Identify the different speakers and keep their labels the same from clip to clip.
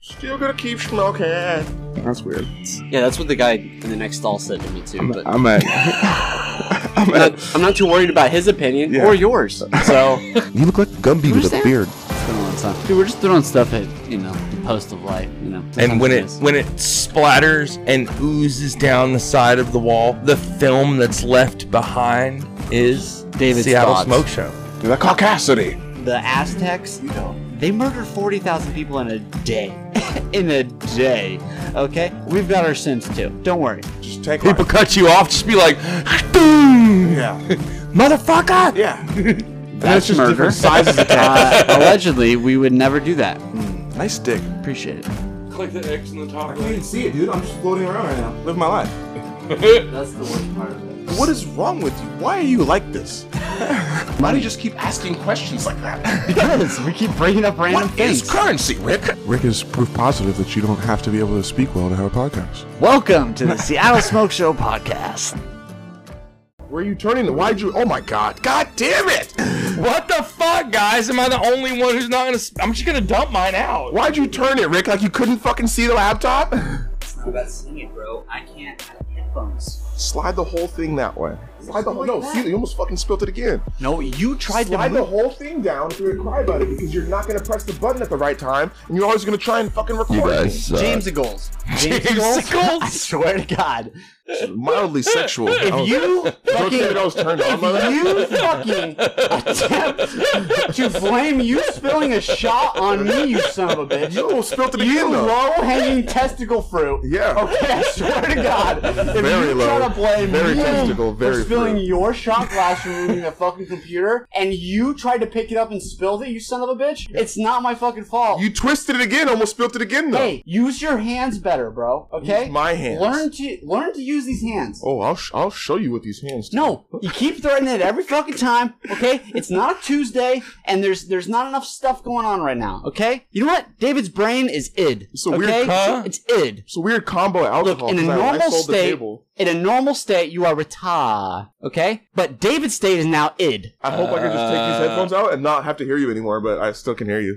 Speaker 1: Still gonna keep smoking.
Speaker 2: That's weird.
Speaker 3: Yeah, that's what the guy in the next stall said to me too.
Speaker 2: I'm,
Speaker 3: but
Speaker 2: I'm at. I'm
Speaker 3: I'm
Speaker 2: at.
Speaker 3: not, I'm not too worried about his opinion
Speaker 2: Yeah.
Speaker 3: or yours. So,
Speaker 4: You look like Gumby
Speaker 3: Who's
Speaker 4: with a
Speaker 3: there?
Speaker 4: beard.
Speaker 3: It's been a long time. Dude, we're just throwing stuff at you know the post of life. You know,
Speaker 5: And when it
Speaker 3: Sometimes
Speaker 5: when it splatters and oozes down the side of the wall, the film that's left behind is
Speaker 3: David's
Speaker 5: Seattle
Speaker 3: thoughts.
Speaker 5: Smoke Show.
Speaker 2: The caucasity.
Speaker 3: is. the Aztecs, they murdered forty thousand people in a day. in a day. Okay, we've got our sins too. Don't worry.
Speaker 1: Just take life.
Speaker 5: People cut you off, just be like, boom,
Speaker 1: Yeah.
Speaker 5: motherfucker.
Speaker 1: Yeah.
Speaker 3: That's
Speaker 1: just
Speaker 3: murder.
Speaker 1: different sizes of
Speaker 3: uh, allegedly, we would never do that.
Speaker 1: Nice dick.
Speaker 3: Appreciate it.
Speaker 6: Click the X in the
Speaker 1: I
Speaker 6: top
Speaker 1: can't even
Speaker 6: right.
Speaker 1: see it, dude. I'm just floating around right now. Live my life.
Speaker 3: That's the worst part of
Speaker 1: What is wrong with you? Why are you like this?
Speaker 2: Why do you just keep asking questions like that?
Speaker 3: Because we keep bringing up random things.
Speaker 2: currency, Rick?
Speaker 1: Rick is proof positive that you don't have to be able to speak well to have a podcast.
Speaker 3: Welcome to the Seattle Smoke Show podcast.
Speaker 2: Where are you turning? The why'd you? Oh my god! God damn it!
Speaker 5: What the fuck, guys? Am I the only one who's not gonna? s- I'm just gonna dump mine out.
Speaker 2: Why'd you turn it, Rick? Like you couldn't fucking see the laptop?
Speaker 7: not about singing, bro. I can't I have headphones.
Speaker 2: Slide the whole thing that way. Slide the whole. No, see, you almost fucking spilt it again.
Speaker 3: No, you tried to
Speaker 2: Slide the
Speaker 3: move.
Speaker 2: whole thing down if you're gonna cry about it because you're not gonna press the button at the right time and you're always gonna try and fucking record. it.
Speaker 3: James Eagles. James
Speaker 5: James
Speaker 3: I
Speaker 5: Eagles.
Speaker 3: swear to God.
Speaker 2: mildly sexual. Oh, If
Speaker 3: You fucking.
Speaker 2: I was turned on by that.
Speaker 3: You fucking attempt to blame you spilling a shot on me, you son of a bitch.
Speaker 2: You almost spilt it
Speaker 3: You
Speaker 2: again though.
Speaker 3: low hanging testicle fruit.
Speaker 2: Yeah.
Speaker 3: Okay, I swear to God. If
Speaker 2: Very
Speaker 3: you
Speaker 2: low.
Speaker 3: try to blame
Speaker 2: Very
Speaker 3: me
Speaker 2: testicle, very
Speaker 3: for spilling
Speaker 2: fruit.
Speaker 3: your shot glass from moving the fucking computer, and you tried to pick it up and spilled it, you son of a bitch, it's not my fucking fault.
Speaker 2: You twisted it again, almost spilt it again though.
Speaker 3: hey, use your hands better, bro. Okay?
Speaker 2: Use my hands.
Speaker 3: Learn to learn to use these hands.
Speaker 2: Oh, I'll sh- I'll show you what these hands. do.
Speaker 3: No, you keep threatening it every fucking time. Okay, it's not a Tuesday, and there's there's not enough stuff going on right now. Okay, you know what? David's brain is id.
Speaker 2: It's a weird
Speaker 3: okay?
Speaker 5: co-
Speaker 3: It's id.
Speaker 2: It's a weird combo of
Speaker 3: Look,
Speaker 2: alcohol.
Speaker 3: in a
Speaker 2: 'cause I- I
Speaker 3: normal
Speaker 2: sold the
Speaker 3: state,
Speaker 2: table.
Speaker 3: in a normal state, you are retard. Okay, but David's state is now id.
Speaker 2: I hope I can just take these headphones out and not have to hear you anymore, but I still can hear you.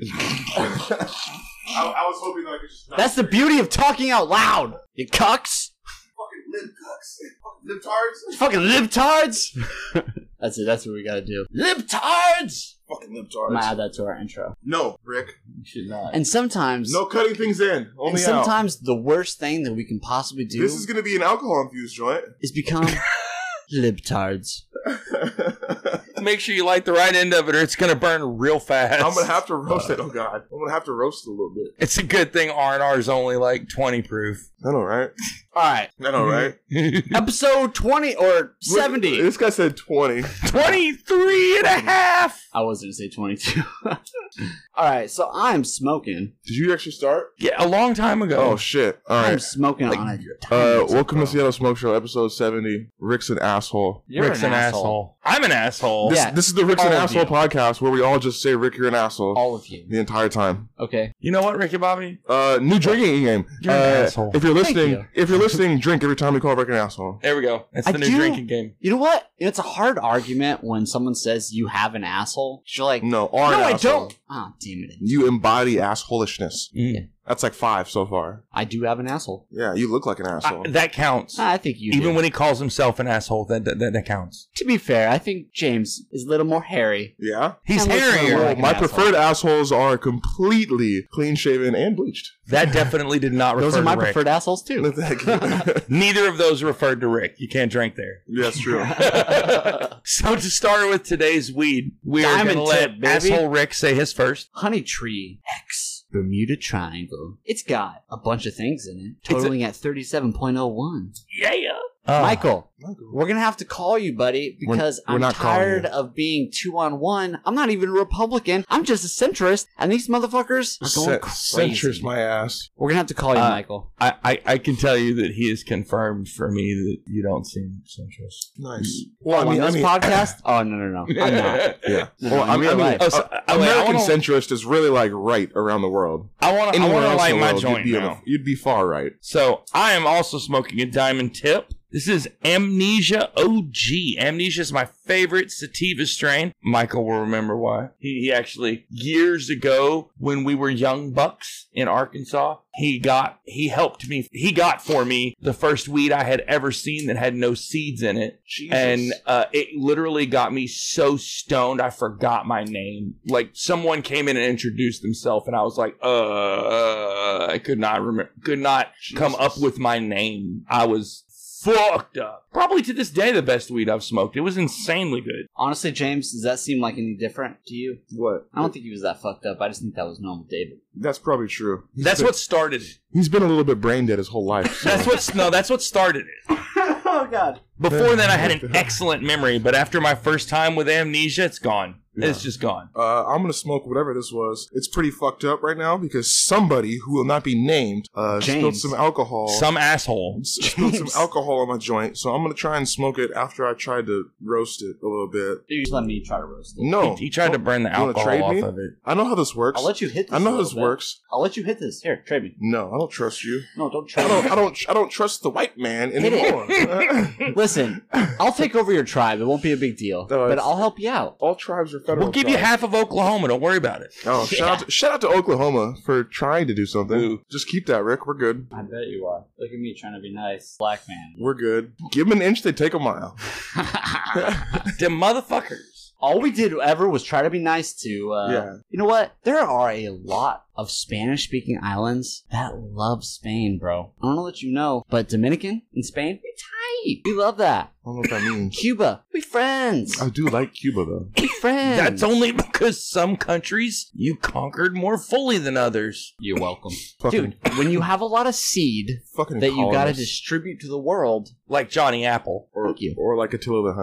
Speaker 1: I, I was hoping that I could just.
Speaker 3: That's the beauty of talking out loud. You cucks,
Speaker 1: Libtards?
Speaker 3: fucking libtards. that's it. That's what we gotta do. Libtards.
Speaker 1: Fucking
Speaker 3: I'm
Speaker 1: libtards.
Speaker 3: gonna add that to our intro.
Speaker 1: No, Rick.
Speaker 3: And sometimes,
Speaker 1: No cutting things in.
Speaker 3: and
Speaker 1: Only out.
Speaker 3: sometimes the worst thing that we can possibly do
Speaker 1: This is gonna be an alcohol infused joint.
Speaker 3: is become libtards.
Speaker 5: Make sure you light the right end of it, or it's gonna burn real fast.
Speaker 2: I'm gonna have to roast it. Oh god, I'm gonna have to roast it a little bit.
Speaker 5: It's a good thing R and R is only like 20 proof.
Speaker 2: I know, right?
Speaker 3: All right,
Speaker 2: I know, right?
Speaker 3: episode twenty or
Speaker 2: Look,
Speaker 3: seventy.
Speaker 2: This guy said 20.
Speaker 5: 23 and a half.
Speaker 3: I was gonna say twenty-two. All right, so I'm smoking.
Speaker 2: Did you actually start?
Speaker 5: Yeah, a long time ago.
Speaker 2: Oh shit! All
Speaker 3: I'm
Speaker 2: right.
Speaker 3: smoking on it.
Speaker 2: Uh, welcome to Seattle Smoke Show, episode 70. Rick's an asshole.
Speaker 3: You're
Speaker 5: Rick's
Speaker 3: an
Speaker 5: an,
Speaker 3: asshole.
Speaker 5: asshole. I'm an asshole.
Speaker 2: This,
Speaker 3: Yeah.
Speaker 2: this is the Rick's an
Speaker 5: All of
Speaker 2: asshole
Speaker 5: you.
Speaker 2: podcast where we all just say Rick, you're an asshole
Speaker 3: All of you.
Speaker 2: the entire time.
Speaker 3: Okay.
Speaker 5: You know what, Ricky Bobby?
Speaker 2: Uh, new drinking game.
Speaker 5: You're an
Speaker 2: Uh,
Speaker 5: asshole.
Speaker 2: If you're listening,
Speaker 3: you.
Speaker 2: if you're listening, drink every time we call Rick an asshole.
Speaker 5: There we go. That's
Speaker 3: I
Speaker 5: the new
Speaker 3: do-
Speaker 5: drinking game.
Speaker 3: You know what? It's a hard argument when someone says you have an asshole. 'cause You're like, no,
Speaker 2: No, are an
Speaker 3: I
Speaker 2: asshole.
Speaker 3: don't. Ah, damn it!
Speaker 2: You embody assholishness.
Speaker 5: Mm.
Speaker 2: That's like five so far.
Speaker 3: I do have an asshole.
Speaker 2: Yeah, you look like an asshole.
Speaker 5: I- that counts.
Speaker 3: I think you.
Speaker 5: Even
Speaker 3: do.
Speaker 5: when he calls himself an asshole, that that, that, that counts.
Speaker 3: to be fair, I think James is a little more hairy.
Speaker 2: yeah.
Speaker 5: He's
Speaker 3: And looks
Speaker 5: hairier.
Speaker 3: more
Speaker 2: Well,
Speaker 3: like an
Speaker 2: my
Speaker 3: asshole.
Speaker 2: preferred assholes are completely clean shaven and bleached.
Speaker 5: That definitely did not refer
Speaker 3: Those are
Speaker 5: to
Speaker 3: my
Speaker 5: Rick.
Speaker 3: preferred assholes too.
Speaker 5: Neither of those referred to Rick. You can't drink there.
Speaker 2: Yeah, That's true.
Speaker 5: So to start with today's weed, we are
Speaker 3: Diamond
Speaker 5: going to let
Speaker 3: tip, baby.
Speaker 5: asshole Rick say his first.
Speaker 3: Honey Tree X Bermuda Triangle. It's got a bunch of things in it,
Speaker 5: a-
Speaker 3: totaling at 37.01.
Speaker 5: Yeah. Uh,
Speaker 3: Michael, we're going to have to call you, buddy,
Speaker 2: Ah. We're-
Speaker 3: because
Speaker 2: we're
Speaker 3: I'm
Speaker 2: not calling
Speaker 3: tired
Speaker 2: you.
Speaker 3: of being two on one. I'm not even a Republican. I'm just a centrist, and these motherfuckers are going
Speaker 2: Cen-
Speaker 3: crazy.
Speaker 2: Centrist my ass.
Speaker 3: we're going to have to call you,
Speaker 5: Uh,
Speaker 3: Michael.
Speaker 5: I, I, I can tell you that he has confirmed for me that you don't seem centrist.
Speaker 2: Nice.
Speaker 3: Well,
Speaker 2: I mean-
Speaker 3: on
Speaker 2: I
Speaker 3: this
Speaker 2: mean-
Speaker 3: podcast? Oh, no, no, no. I'm not.
Speaker 2: Yeah.
Speaker 3: No, no, in real life.
Speaker 5: Oh, so-
Speaker 2: uh,
Speaker 5: oh, wait, I
Speaker 2: American
Speaker 5: wanna-
Speaker 2: centrist is really like right around the world.
Speaker 5: I want to I
Speaker 2: Anywhere
Speaker 5: want to
Speaker 2: else in
Speaker 5: light
Speaker 2: the
Speaker 5: my
Speaker 2: world,
Speaker 5: joint
Speaker 2: you'd be, on
Speaker 5: now.
Speaker 2: the- you'd be far right.
Speaker 5: So I am also smoking a diamond tip. This is Amnesia OG. Amnesia is my favorite sativa strain. Michael will remember why. He, he actually, years ago, when we were young bucks in Arkansas, he got, he helped me, he got for me the first weed I had ever seen that had no seeds in it.
Speaker 1: Jesus.
Speaker 5: And uh, it literally got me so stoned I forgot my name. Like someone came in and introduced themselves, and I was like, uh, I could not remember, could not come up with my name. I was fucked up. Probably to this day, the best weed I've smoked. It was insanely good.
Speaker 3: Honestly, James, does that seem like any different to you? What? I don't think he was that fucked up. I just think that was normal, David.
Speaker 1: That's probably true.
Speaker 5: That's what started it.
Speaker 8: He's been a little bit brain dead his whole life. so-
Speaker 5: That's what no. That's what started it.
Speaker 3: oh God.
Speaker 5: Before that, I had an excellent memory, but after my first time with amnesia, it's gone. It's just gone.
Speaker 1: Uh, I'm gonna smoke whatever this was. It's pretty fucked up right now because somebody who will not be named uh, spilled
Speaker 3: James.
Speaker 1: some alcohol.
Speaker 5: Some asshole.
Speaker 1: s- spilled some
Speaker 3: James.
Speaker 1: alcohol on my joint, so I'm gonna try and smoke it after I tried to roast it a little bit.
Speaker 3: Dude, just let me try to roast it.
Speaker 1: No,
Speaker 5: He, he tried to burn the
Speaker 1: You wanna
Speaker 5: alcohol
Speaker 1: trade
Speaker 5: off
Speaker 1: me?
Speaker 5: of it.
Speaker 1: I know how this works.
Speaker 3: I'll let you hit this.
Speaker 1: I
Speaker 3: a
Speaker 1: know how
Speaker 3: little
Speaker 1: this
Speaker 3: bit.
Speaker 1: works.
Speaker 3: I'll let you hit this. Here, trade me.
Speaker 1: No, I don't trust you.
Speaker 3: No, don't trade
Speaker 1: I don't.
Speaker 3: me.
Speaker 1: I don't. I don't trust the white man
Speaker 3: Hit it.
Speaker 1: anymore.
Speaker 3: Listen, I'll take over your tribe. It won't be a big deal, but
Speaker 1: it's-
Speaker 3: I'll help you out.
Speaker 1: All tribes are federal.
Speaker 5: We'll give you
Speaker 1: tribes.
Speaker 5: half of Oklahoma. Don't worry about it.
Speaker 1: Oh, shout, out to, shout out to Oklahoma for trying to do something. Just keep that, Rick. We're good.
Speaker 3: I bet you are. Look at me trying to be nice, black man.
Speaker 1: We're good. Give them an inch, they take a mile.
Speaker 5: Them motherfuckers.
Speaker 3: All we did ever was try to be nice to. Uh,
Speaker 1: Yeah.
Speaker 3: You know what? There are a lot of Spanish-speaking islands that love Spain, bro. I don't know that you know, but Dominican and Spain, we tight. We love that.
Speaker 1: I don't know what that means.
Speaker 3: Cuba, we friends.
Speaker 8: I do like Cuba though.
Speaker 3: We friends.
Speaker 5: That's only because some countries you conquered more fully than others.
Speaker 3: You're welcome,
Speaker 1: Fucking,
Speaker 3: dude. When you have a lot of seed
Speaker 1: fucking
Speaker 3: that you got to
Speaker 1: colonists.
Speaker 3: distribute to the world,
Speaker 5: Like Johnny Apple.
Speaker 1: or,
Speaker 3: Thank you.
Speaker 1: or like Attila the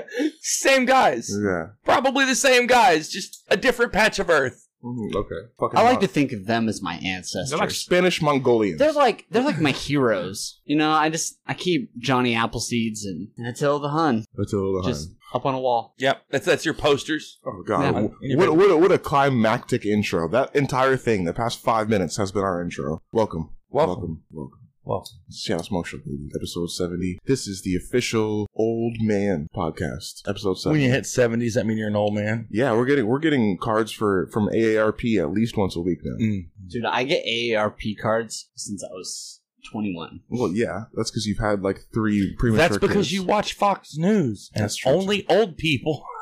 Speaker 1: Hun.
Speaker 5: Same guys.
Speaker 1: Yeah.
Speaker 5: Probably the same guys, just a different patch of earth.
Speaker 1: Mhm, okay. Fucking
Speaker 3: I like to
Speaker 1: Mon-
Speaker 3: think of them as my ancestors.
Speaker 1: They're like Spanish Mongolians.
Speaker 3: They're like they're like my heroes. You know, I just I keep Johnny Appleseeds and and Attila the Hun
Speaker 1: Attila the
Speaker 3: just
Speaker 1: Hun.
Speaker 3: up on a wall.
Speaker 5: Yep, that's that's your posters.
Speaker 1: Oh god!
Speaker 3: Yeah.
Speaker 1: Wh- What, what, a, what a climactic intro! That entire thing, the past five minutes, has been our intro. Welcome,
Speaker 5: Welcome.
Speaker 1: welcome, welcome.
Speaker 5: Well,
Speaker 1: Seattle Smoke Show, baby. Episode seventy. This is the official Old Man podcast. Episode
Speaker 5: when
Speaker 1: seventy.
Speaker 5: you hit seventies, that mean you're an old man.
Speaker 1: Yeah, we're getting we're getting cards for from AARP at least once a week now.
Speaker 5: Mm.
Speaker 3: Dude, I get AARP cards since I was 21.
Speaker 1: Well, yeah, that's because you've had like three premature.
Speaker 5: That's because
Speaker 1: kids.
Speaker 5: you watch Fox News, and
Speaker 1: That's
Speaker 5: it's
Speaker 1: true,
Speaker 5: only old people.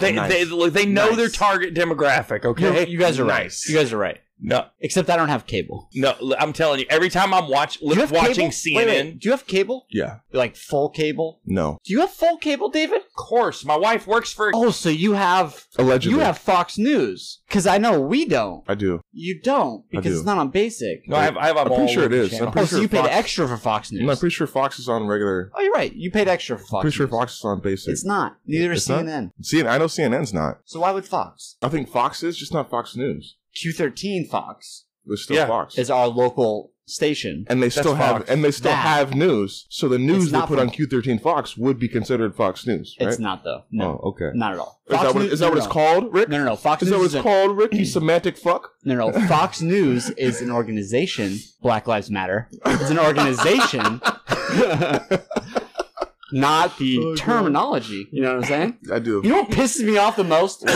Speaker 5: they,
Speaker 1: Nice.
Speaker 5: they they know
Speaker 1: Nice.
Speaker 5: their target demographic. Okay,
Speaker 3: You're- you guys are
Speaker 1: nice.
Speaker 3: right. You guys are right.
Speaker 5: no,
Speaker 3: Except I don't have cable.
Speaker 5: no, l- I'm telling you. Every time I'm watch,
Speaker 3: Do you have
Speaker 5: watching CNN,
Speaker 3: cable? Wait, wait, do you have cable?
Speaker 1: Yeah.
Speaker 3: Like full cable?
Speaker 1: No.
Speaker 3: Do you have full cable, David?
Speaker 5: of course, my wife works for.
Speaker 3: Oh, so you have
Speaker 1: Allegedly.
Speaker 3: you have Fox News because I know we don't.
Speaker 1: I do.
Speaker 3: You don't
Speaker 1: I
Speaker 3: because
Speaker 1: do.
Speaker 3: it's not on basic.
Speaker 5: no, I have, I have.
Speaker 1: I'm pretty
Speaker 5: all
Speaker 1: sure it
Speaker 5: over the
Speaker 1: is.
Speaker 5: channel.
Speaker 1: I'm
Speaker 3: Oh,
Speaker 1: pretty
Speaker 3: so
Speaker 1: sure
Speaker 3: you paid
Speaker 1: Fox-
Speaker 3: extra for Fox News.
Speaker 1: No, I'm pretty sure Fox is on regular.
Speaker 3: Oh, you're right. You paid extra for Fox.
Speaker 1: pretty sure
Speaker 3: News.
Speaker 1: Fox is on basic.
Speaker 3: It's not. Neither is
Speaker 1: It's not?
Speaker 3: CNN.
Speaker 1: CNN. I know CNN's not.
Speaker 3: So why would Fox?
Speaker 1: I think Fox is, just not Fox News.
Speaker 3: Q13 Fox
Speaker 1: It's still
Speaker 5: Yeah.
Speaker 1: Fox.
Speaker 3: is our local station.
Speaker 1: and they still have
Speaker 5: Fox.
Speaker 1: and they still
Speaker 3: That.
Speaker 1: have news. So the news
Speaker 3: It's
Speaker 1: they
Speaker 3: not
Speaker 1: put on
Speaker 3: Fox.
Speaker 1: Q13 Fox would be considered Fox News, right?
Speaker 3: It's not though. No,
Speaker 1: Oh, okay.
Speaker 3: not at all.
Speaker 1: Is that, what,
Speaker 3: News-
Speaker 1: is that
Speaker 3: no,
Speaker 1: what
Speaker 3: no,
Speaker 1: it's
Speaker 3: no.
Speaker 1: called, Rick?
Speaker 3: No, no, no. Fox
Speaker 1: Is that
Speaker 3: News
Speaker 1: what
Speaker 3: is
Speaker 1: it's
Speaker 3: a-
Speaker 1: called, Rick? You semantic fuck?
Speaker 3: No, no. Fox News is an organization. Black Lives Matter. It's an organization. Not the
Speaker 1: Oh, God.
Speaker 3: terminology. You know what I'm saying?
Speaker 1: I do.
Speaker 3: You know what pisses me off the most?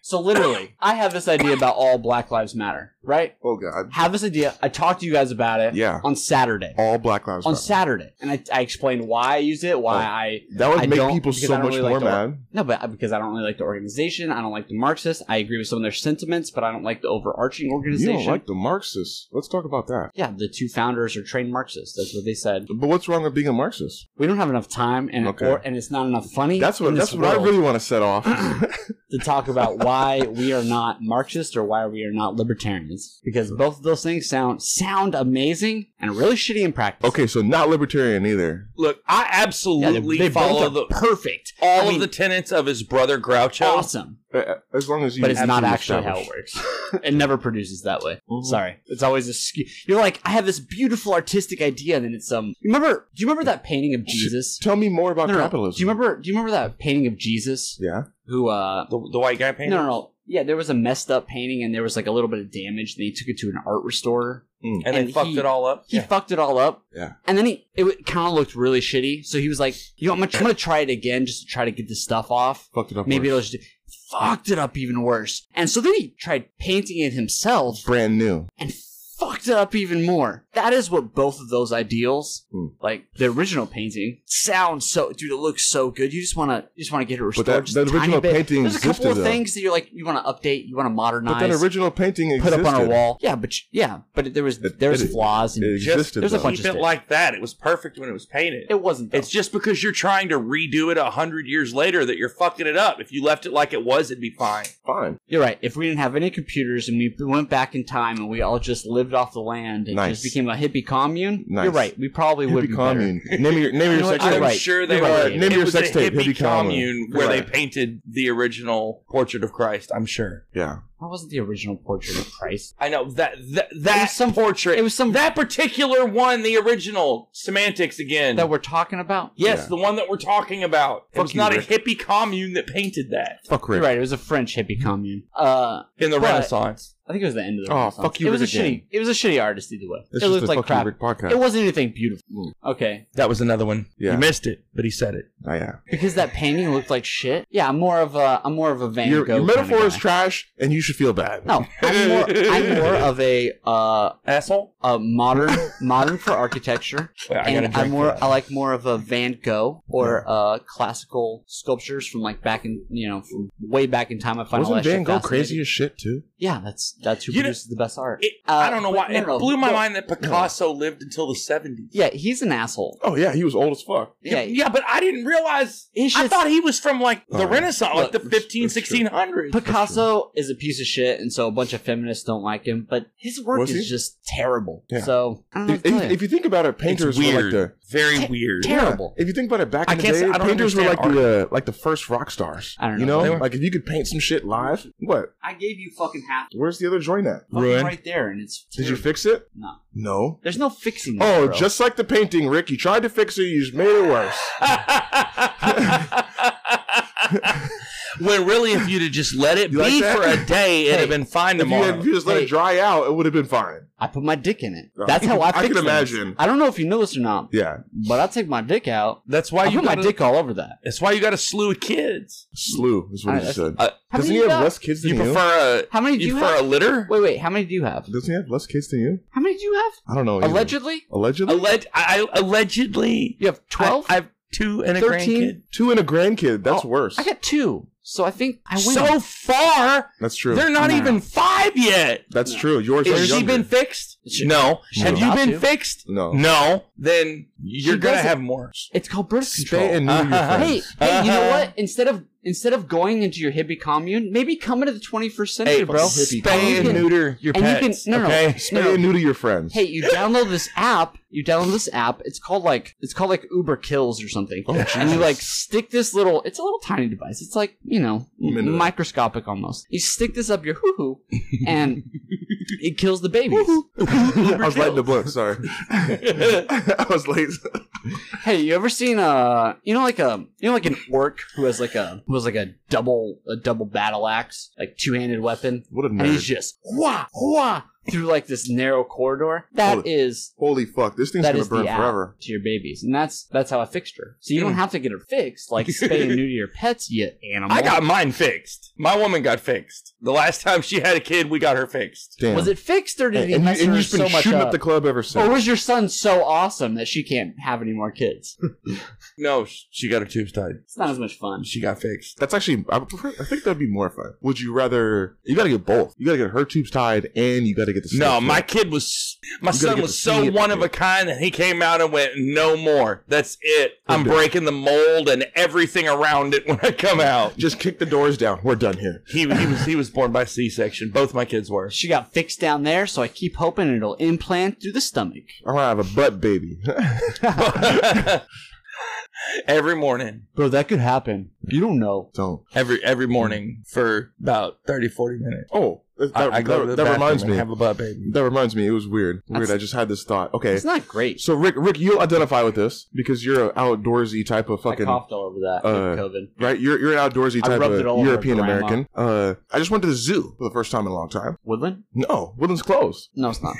Speaker 3: so literally, I have this idea about all Black Lives Matter, right?
Speaker 1: Oh God.
Speaker 3: Have this idea. I talked to you guys about it
Speaker 1: Yeah.
Speaker 3: on Saturday.
Speaker 1: All Black Lives
Speaker 3: on
Speaker 1: Matter.
Speaker 3: Saturday, and I, I explained why I used it, why
Speaker 1: Oh.
Speaker 3: I
Speaker 1: That would
Speaker 3: I
Speaker 1: make
Speaker 3: don't-
Speaker 1: people
Speaker 3: because
Speaker 1: so
Speaker 3: I don't
Speaker 1: much
Speaker 3: really
Speaker 1: more
Speaker 3: like the
Speaker 1: mad.
Speaker 3: no, but uh, because I don't really like the organization, I don't like the Marxists. I agree with some of their sentiments, but I don't like the overarching
Speaker 1: You
Speaker 3: organization.
Speaker 1: don't like the Marxists. Let's talk about that.
Speaker 3: yeah, the two founders are trained Marxists. That's what they said.
Speaker 1: But what's wrong with being a Marxist?
Speaker 3: We don't have enough time, and
Speaker 1: Okay.
Speaker 3: or, and it's not enough funny.
Speaker 1: That's what
Speaker 3: in
Speaker 1: that's
Speaker 3: this
Speaker 1: what I
Speaker 3: world
Speaker 1: really want to set off.
Speaker 3: to talk about why we are not Marxists or why we are not libertarians because both of those things sound sound amazing and really shitty in practice.
Speaker 1: okay, so not libertarian either.
Speaker 5: Look, I
Speaker 3: Yeah, they,
Speaker 5: absolutely
Speaker 3: they both
Speaker 5: follow
Speaker 3: are
Speaker 5: the
Speaker 3: perfect,
Speaker 5: all
Speaker 3: I mean,
Speaker 5: of the tenets of his brother Groucho.
Speaker 3: awesome.
Speaker 1: Uh, As long as you
Speaker 3: but it's
Speaker 1: have
Speaker 3: not
Speaker 1: to
Speaker 3: actually how
Speaker 1: establish.
Speaker 3: it works. it never produces that way. Sorry, it's always a skew. You're like, I have this beautiful artistic idea, and then it's um. You remember? Do you remember that painting of Jesus?
Speaker 1: Tell me more about
Speaker 3: No, no, no.
Speaker 1: capitalism.
Speaker 3: Do you remember? Do you remember that painting of Jesus
Speaker 1: Yeah.
Speaker 3: who? uh
Speaker 5: The, the white guy
Speaker 3: No,
Speaker 5: painting.
Speaker 3: no, no. Yeah, there was a messed up painting and there was like a little bit of damage. And he took it to an art restorer.
Speaker 5: and, they
Speaker 3: And
Speaker 5: fucked
Speaker 3: he-
Speaker 5: it all up.
Speaker 3: He fucked it all up.
Speaker 1: Yeah.
Speaker 3: And then he it kind of looked really shitty. So he was like, "You know, I'm gonna, I'm gonna try it again just to try to get this stuff off.
Speaker 1: Fucked it up.
Speaker 3: Maybe
Speaker 1: worse.
Speaker 3: it'll just." Fucked it up even worse. And so then he tried painting it himself
Speaker 2: Brand new.
Speaker 3: and fucked it up even more. That is what both of those ideals,
Speaker 1: Hmm.
Speaker 3: like the original painting, sounds so. Dude, it looks so good. You just want to, you just want to get it restored.
Speaker 1: But that,
Speaker 3: just
Speaker 1: that
Speaker 3: a tiny
Speaker 1: original
Speaker 3: bit.
Speaker 1: painting
Speaker 3: There's a
Speaker 1: existed.
Speaker 3: couple of
Speaker 1: though.
Speaker 3: things that you're like, you want to update, you want to
Speaker 1: but
Speaker 3: modernize,
Speaker 1: that original painting
Speaker 3: put
Speaker 1: existed.
Speaker 3: up on a wall. Yeah, but you- yeah, but there was
Speaker 1: It-
Speaker 3: there was
Speaker 1: it-
Speaker 3: flaws and
Speaker 1: It
Speaker 5: Just-
Speaker 1: existed.
Speaker 3: there's a
Speaker 1: though.
Speaker 3: bunch-
Speaker 5: Keep it like that. It was perfect when it was painted.
Speaker 3: it wasn't. Though.
Speaker 5: It's just because you're trying to redo it a hundred years later that you're fucking it up. If you left it like it was, it'd be fine.
Speaker 2: Fine.
Speaker 3: you're right. If we didn't have any computers and we went back in time and we all just lived off the land and
Speaker 2: Nice.
Speaker 3: just became a hippie commune,
Speaker 2: Nice.
Speaker 3: you're right. We probably
Speaker 1: Hippie
Speaker 3: would be better.
Speaker 1: commune. name your name
Speaker 3: You
Speaker 1: your
Speaker 3: know what,
Speaker 1: sex
Speaker 3: you're
Speaker 5: I'm
Speaker 1: tape.
Speaker 3: right.
Speaker 5: sure they
Speaker 3: You're right.
Speaker 5: were.
Speaker 3: Name
Speaker 5: it
Speaker 1: your
Speaker 5: was
Speaker 1: sex
Speaker 5: a
Speaker 1: tape,
Speaker 5: hippie
Speaker 1: hippie commune.
Speaker 5: commune
Speaker 1: You're
Speaker 5: where
Speaker 1: right.
Speaker 5: they painted the original portrait of Christ. I'm sure.
Speaker 1: Yeah.
Speaker 3: That wasn't the original portrait of Christ.
Speaker 5: I know that that
Speaker 3: It
Speaker 5: that
Speaker 3: was some
Speaker 5: portrait.
Speaker 3: It was some
Speaker 5: that particular one, the original semantics again.
Speaker 3: that we're talking about.
Speaker 5: yes,
Speaker 1: Yeah.
Speaker 5: the one that we're talking about. It
Speaker 1: Fuck
Speaker 5: was
Speaker 1: you,
Speaker 5: not
Speaker 1: Rick.
Speaker 5: a hippie commune that painted that
Speaker 1: Fuck
Speaker 3: You're
Speaker 1: Rick.
Speaker 3: right. It was a French hippie commune. Uh,
Speaker 5: in the
Speaker 3: But-
Speaker 5: Renaissance.
Speaker 3: I think it was the end of the.
Speaker 1: Mm-hmm. Oh,
Speaker 3: Renaissance.
Speaker 1: fuck you,
Speaker 3: It was a
Speaker 1: Rick again.
Speaker 3: shitty. It was a shitty artist either way.
Speaker 1: This
Speaker 3: it
Speaker 1: is
Speaker 3: looked
Speaker 1: the
Speaker 3: like
Speaker 1: fucking
Speaker 3: crap.
Speaker 1: Rick Mm. podcast.
Speaker 3: It wasn't anything beautiful. Okay,
Speaker 5: That was another one.
Speaker 1: Yeah.
Speaker 5: You missed it, but he said it.
Speaker 1: Oh, yeah.
Speaker 3: because that painting looked like shit. Yeah, I'm more of a. I'm more of a Van
Speaker 1: Your,
Speaker 3: Gogh.
Speaker 1: your metaphor
Speaker 3: kinda
Speaker 1: is
Speaker 3: guy.
Speaker 1: trash, and you should feel bad.
Speaker 3: no, I'm more, I'm more of a uh,
Speaker 5: Asshole.
Speaker 3: a modern modern for architecture,
Speaker 5: Wait, I
Speaker 3: and
Speaker 5: gotta
Speaker 3: I'm
Speaker 5: drink
Speaker 3: more
Speaker 5: that.
Speaker 3: I like more of a Van Gogh or uh, classical sculptures from like back in you know from way back in time. I find all
Speaker 1: Wasn't
Speaker 3: that
Speaker 1: Van
Speaker 3: shit
Speaker 1: Gogh
Speaker 3: fascinating.
Speaker 1: crazy as shit too?
Speaker 3: Yeah, that's that's who
Speaker 5: You know-
Speaker 3: produces the best art.
Speaker 5: It,
Speaker 3: Uh,
Speaker 5: I don't know
Speaker 3: but
Speaker 5: why.
Speaker 3: no, no,
Speaker 5: it blew my
Speaker 3: no.
Speaker 5: mind that Picasso lived until the 70s.
Speaker 3: Yeah, he's an asshole.
Speaker 1: Oh yeah, he was old as fuck.
Speaker 3: Yeah,
Speaker 5: yeah, but I didn't realize.
Speaker 3: It's
Speaker 5: I
Speaker 3: just-
Speaker 5: thought he was from like
Speaker 1: Oh,
Speaker 5: the
Speaker 1: yeah.
Speaker 5: Renaissance, like the
Speaker 1: Look, that's-
Speaker 5: 15,
Speaker 1: that's true.
Speaker 5: 1600s.
Speaker 3: Picasso is a piece of shit, and so a bunch of feminists don't like him. But his work
Speaker 1: Was
Speaker 3: is
Speaker 1: he?
Speaker 3: just terrible.
Speaker 1: Yeah.
Speaker 3: So I don't know.
Speaker 1: If,
Speaker 3: What to
Speaker 1: if-
Speaker 3: tell you.
Speaker 1: if you think about it,
Speaker 5: It's
Speaker 1: painters were like
Speaker 5: weird.
Speaker 1: the
Speaker 5: Very
Speaker 3: Te-
Speaker 5: weird.
Speaker 3: te- Terrible.
Speaker 1: If you think about it, back
Speaker 5: I
Speaker 1: in the
Speaker 5: can't
Speaker 1: day,
Speaker 5: say- I don't
Speaker 1: painters were like
Speaker 5: understand
Speaker 1: the uh, like the first rock stars.
Speaker 3: I don't
Speaker 1: You
Speaker 3: know.
Speaker 1: know,
Speaker 5: They were-
Speaker 1: like if you could paint some shit live, what?
Speaker 3: I gave you fucking half
Speaker 1: Where's the other joint at?
Speaker 3: fucking
Speaker 5: Ruin.
Speaker 3: right there, and it's
Speaker 1: Did you
Speaker 3: terrible.
Speaker 1: fix it?
Speaker 3: No.
Speaker 1: No.
Speaker 3: There's no fixing. That,
Speaker 1: Oh,
Speaker 3: bro.
Speaker 1: just like the painting, Rick. You tried to fix it, you just made it worse.
Speaker 5: when really, if you'd have just let it
Speaker 1: You like
Speaker 5: be
Speaker 1: that?
Speaker 5: for a day, it'd
Speaker 3: Hey,
Speaker 5: have been fine
Speaker 1: If you, had,
Speaker 5: tomorrow.
Speaker 1: if you just let
Speaker 3: Hey.
Speaker 1: it dry out, it would have been fine.
Speaker 3: I put my dick in it.
Speaker 1: No.
Speaker 3: That's how I.
Speaker 1: I
Speaker 3: Fix
Speaker 1: can
Speaker 3: things.
Speaker 1: imagine.
Speaker 3: I don't know if you know this or not,
Speaker 1: Yeah.
Speaker 3: but I take my dick out.
Speaker 5: that's why
Speaker 3: I
Speaker 5: you
Speaker 3: put my
Speaker 5: got
Speaker 3: dick all over that.
Speaker 5: That's why you got a slew of kids.
Speaker 1: Slew is
Speaker 3: I-
Speaker 1: what he
Speaker 3: that's-
Speaker 1: said.
Speaker 5: uh,
Speaker 3: How
Speaker 1: Doesn't
Speaker 3: many
Speaker 1: he
Speaker 3: you
Speaker 1: have
Speaker 3: got?
Speaker 1: less kids than
Speaker 5: You
Speaker 1: you?
Speaker 5: prefer a
Speaker 3: How many do
Speaker 5: you
Speaker 3: you
Speaker 5: prefer a
Speaker 3: have?
Speaker 5: litter?
Speaker 3: Wait, wait. How many do you have?
Speaker 1: Doesn't he have less kids than you?
Speaker 3: How many do you have?
Speaker 1: I don't know. either.
Speaker 3: Allegedly,
Speaker 1: Allegedly?
Speaker 5: Alleg- I, I allegedly
Speaker 3: you have twelve.
Speaker 5: I, I have two and a
Speaker 3: 13?
Speaker 5: grandkid.
Speaker 1: Two and a grandkid. That's
Speaker 3: Oh,
Speaker 1: worse.
Speaker 3: I got two, so I think I win.
Speaker 5: So far,
Speaker 1: That's true.
Speaker 5: they're not
Speaker 3: No.
Speaker 5: even five yet.
Speaker 1: That's
Speaker 3: No.
Speaker 1: true. Yours
Speaker 5: Has
Speaker 1: is
Speaker 5: she
Speaker 1: younger.
Speaker 5: been fixed?
Speaker 3: She-
Speaker 5: no.
Speaker 3: she's
Speaker 5: Have you
Speaker 3: about
Speaker 5: been
Speaker 3: to.
Speaker 5: fixed?
Speaker 1: No.
Speaker 5: No. Then you're
Speaker 3: She
Speaker 5: gonna
Speaker 3: doesn't-
Speaker 5: have more.
Speaker 3: it's called birth control.
Speaker 1: Stay and move your
Speaker 5: Uh-huh.
Speaker 3: Hey,
Speaker 1: friends.
Speaker 3: hey, you know
Speaker 5: Uh-huh.
Speaker 3: what? Instead of instead of going into your hippie commune, maybe come into the 21st century, bro.
Speaker 1: hippie
Speaker 5: spay
Speaker 3: commune.
Speaker 5: and neuter your
Speaker 3: And you can-
Speaker 5: pets.
Speaker 3: no, no,
Speaker 5: okay?
Speaker 1: Stay
Speaker 3: no.
Speaker 1: new to your friends.
Speaker 3: Hey, you download this app. You download this app. It's called like it's called like Uber Kills or something.
Speaker 1: Oh,
Speaker 3: and you
Speaker 1: Jesus.
Speaker 3: like stick this little. It's a little tiny device. It's like you know
Speaker 1: I'm into that.
Speaker 3: microscopic almost. You stick this up your hoo hoo, and it kills the babies.
Speaker 1: I was lighting the blunt. Sorry, I was late.
Speaker 3: Hey, you ever seen uh you know like a you know like an orc who has like a who has like a double a double battle axe like two handed weapon
Speaker 1: What a
Speaker 3: and he's
Speaker 1: nerd!
Speaker 3: just wah wah through like this narrow corridor. That
Speaker 1: Holy-
Speaker 3: is
Speaker 1: Holy fuck! This thing's
Speaker 3: that
Speaker 1: gonna
Speaker 3: is
Speaker 1: burn
Speaker 3: the app
Speaker 1: forever.
Speaker 3: to your babies, and that's that's how I fixed her. So you don't
Speaker 5: Mm.
Speaker 3: have to get her fixed like spay and neuter your pets, you animal.
Speaker 5: I got mine fixed. My woman got fixed. The last time she had a kid, we got her fixed.
Speaker 1: Damn. Oh.
Speaker 3: was it fixed or did
Speaker 1: and
Speaker 3: he
Speaker 1: and you,
Speaker 3: mess
Speaker 1: and
Speaker 3: her
Speaker 1: you've been
Speaker 3: so much
Speaker 1: shooting up.
Speaker 3: up?
Speaker 1: the club ever since.
Speaker 3: or was your son so awesome that she can't have any more kids?
Speaker 5: No, sh- she got her tubes tied.
Speaker 3: It's not as much fun.
Speaker 5: She got fixed.
Speaker 1: That's actually. I, would prefer, I think that'd be more fun. Would you rather? You gotta get both. You gotta get her tubes tied, and you gotta get the.
Speaker 5: No,
Speaker 1: snake
Speaker 5: my
Speaker 1: flipped.
Speaker 5: kid was my
Speaker 1: You gotta
Speaker 5: son
Speaker 1: get
Speaker 5: was
Speaker 1: to
Speaker 5: so
Speaker 1: see it.
Speaker 5: one of a kind that he came out and went, "No more. That's it. I'm
Speaker 1: Okay.
Speaker 5: breaking the mold and everything around it when I come out."
Speaker 1: Just kick the doors down. We're done here.
Speaker 5: He, he was he was born by C-section. Both my kids were.
Speaker 3: She got fixed down there, so I keep hoping it'll implant through the stomach.
Speaker 1: I'm gonna have a butt baby.
Speaker 5: every morning,
Speaker 3: Bro, that could happen. You don't know.
Speaker 1: Don't.
Speaker 5: every every morning for about 30, 40 minutes.
Speaker 1: Oh, That,
Speaker 5: I, I go
Speaker 1: that-
Speaker 5: to the
Speaker 1: that
Speaker 5: bathroom
Speaker 1: reminds
Speaker 5: and
Speaker 1: me.
Speaker 5: Have a butt baby.
Speaker 1: That reminds me. It was weird. Weird.
Speaker 3: That's-
Speaker 1: I just had this thought. Okay.
Speaker 3: It's not great.
Speaker 1: So Rick, Rick, you'll identify with this because you're an outdoorsy type of
Speaker 3: I
Speaker 1: fucking
Speaker 3: coughed all over that
Speaker 1: uh,
Speaker 3: with COVID.
Speaker 1: right. You're you're an outdoorsy
Speaker 3: I
Speaker 1: type
Speaker 3: rubbed
Speaker 1: of
Speaker 3: it all over
Speaker 1: European
Speaker 3: grandma.
Speaker 1: American. Uh, I just went to the zoo for the first time in a long time.
Speaker 3: Woodland?
Speaker 1: No, Woodland's closed.
Speaker 3: No, it's not.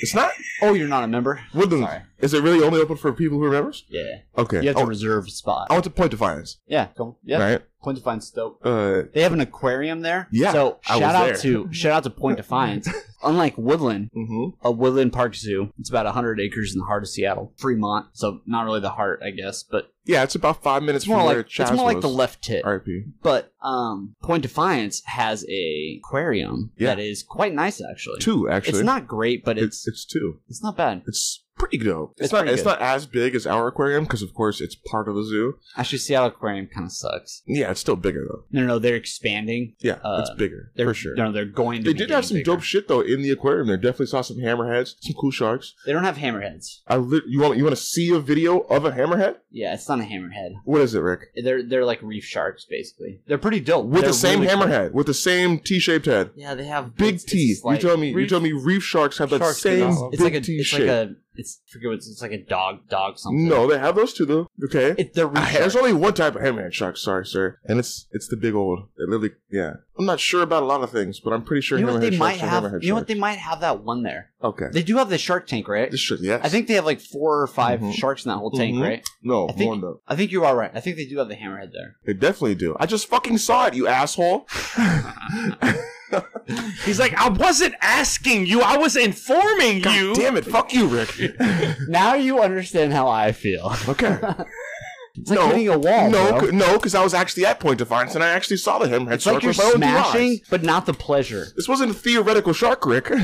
Speaker 1: It's not
Speaker 3: Oh, you're not a member?
Speaker 1: Woodland.
Speaker 3: Sorry.
Speaker 1: Is it really only open for people who are members?
Speaker 3: Yeah.
Speaker 1: Okay.
Speaker 3: You have to
Speaker 1: I, went-
Speaker 3: reserve a spot.
Speaker 1: I went to Point Defiance.
Speaker 3: Yeah, go. Yeah.
Speaker 1: Oh. Right.
Speaker 3: Point Defiance dope.
Speaker 1: Uh,
Speaker 3: They have an aquarium there.
Speaker 1: Yeah,
Speaker 3: So
Speaker 1: I was
Speaker 3: shout out
Speaker 1: there.
Speaker 3: to shout out to Point Defiance. Unlike Woodland,
Speaker 1: mhm.
Speaker 3: a Woodland Park Zoo, it's about hundred acres in the heart of Seattle, Fremont. So not really the heart, I guess, but
Speaker 1: Yeah, it's about five minutes
Speaker 3: it's more
Speaker 1: from
Speaker 3: like
Speaker 1: where
Speaker 3: it's
Speaker 1: Chaz
Speaker 3: more like
Speaker 1: was.
Speaker 3: the left tip.
Speaker 1: R.I.P.
Speaker 3: But um, Point Defiance has a aquarium
Speaker 1: Yeah.
Speaker 3: that is quite nice actually.
Speaker 1: Two actually.
Speaker 3: It's not great, but it's
Speaker 1: It's it's two.
Speaker 3: it's not bad.
Speaker 1: It's pretty dope. It's,
Speaker 3: It's
Speaker 1: not
Speaker 3: pretty
Speaker 1: it's
Speaker 3: good.
Speaker 1: not as big as our aquarium because of course it's part of the zoo.
Speaker 3: Actually, Seattle Aquarium kind of sucks.
Speaker 1: Yeah, it's still bigger though.
Speaker 3: No, no, they're expanding.
Speaker 1: Yeah,
Speaker 3: Uh,
Speaker 1: it's bigger
Speaker 3: They're,
Speaker 1: for sure.
Speaker 3: No, they're going. To
Speaker 1: They
Speaker 3: be
Speaker 1: did have
Speaker 3: getting
Speaker 1: some
Speaker 3: bigger.
Speaker 1: dope shit though in the aquarium. There definitely saw some hammerheads, some cool sharks.
Speaker 3: They don't have hammerheads.
Speaker 1: I lit you want you want to see a video of a hammerhead?
Speaker 3: Yeah, it's not a hammerhead.
Speaker 1: What is it, Rick?
Speaker 3: They're they're like reef sharks basically. They're pretty dope.
Speaker 1: With
Speaker 3: They're
Speaker 1: the same
Speaker 3: really cool.
Speaker 1: hammerhead, with the same T-shaped head,
Speaker 3: Yeah, they have
Speaker 1: big
Speaker 3: it's- it's
Speaker 1: teeth.
Speaker 3: like
Speaker 1: you tell me, you
Speaker 5: reef-
Speaker 1: tell me, reef sharks have that
Speaker 5: sharks do
Speaker 1: same
Speaker 5: not
Speaker 1: big
Speaker 5: love
Speaker 3: It's like a
Speaker 1: T
Speaker 3: it's
Speaker 1: shape.
Speaker 3: like a it's I forget what it's, it's like a dog dog something.
Speaker 1: no, they have those too though. Okay,
Speaker 3: it, they're reef
Speaker 1: Uh, There's
Speaker 3: sharks.
Speaker 1: only one type of hammerhead shark, sorry, sir, and it's it's the big old. It literally, yeah. I'm not sure about a lot of things, but I'm pretty sure
Speaker 3: You know what
Speaker 1: hammerhead
Speaker 3: they might
Speaker 1: sharks
Speaker 3: have?
Speaker 1: are hammerhead
Speaker 3: You know what
Speaker 1: sharks.
Speaker 3: they might have that one there.
Speaker 1: okay,
Speaker 3: They do have the Shark Tank, right?
Speaker 1: this should yes.
Speaker 3: I think they have like four or 5
Speaker 1: Mhm.
Speaker 3: sharks in that whole tank,
Speaker 1: Mhm.
Speaker 3: right?
Speaker 1: no
Speaker 3: I think-
Speaker 1: more though.
Speaker 3: I think you are right. I think they do have the hammerhead there.
Speaker 1: They definitely do. I just fucking saw it, you asshole.
Speaker 5: He's like, I wasn't asking you. I was informing
Speaker 1: God
Speaker 5: you.
Speaker 1: damn it! Fuck you, Rick.
Speaker 3: Now you understand how I feel.
Speaker 1: okay.
Speaker 3: It's like
Speaker 1: No.
Speaker 3: hitting a wall.
Speaker 1: no,
Speaker 3: bro.
Speaker 1: c- no, because I was actually at Point Defiance and I actually saw the hammerhead
Speaker 3: it's
Speaker 1: shark
Speaker 3: like you're
Speaker 1: with my own two eyes.
Speaker 3: smashing, but not the pleasure.
Speaker 1: This wasn't a theoretical shark, Rick.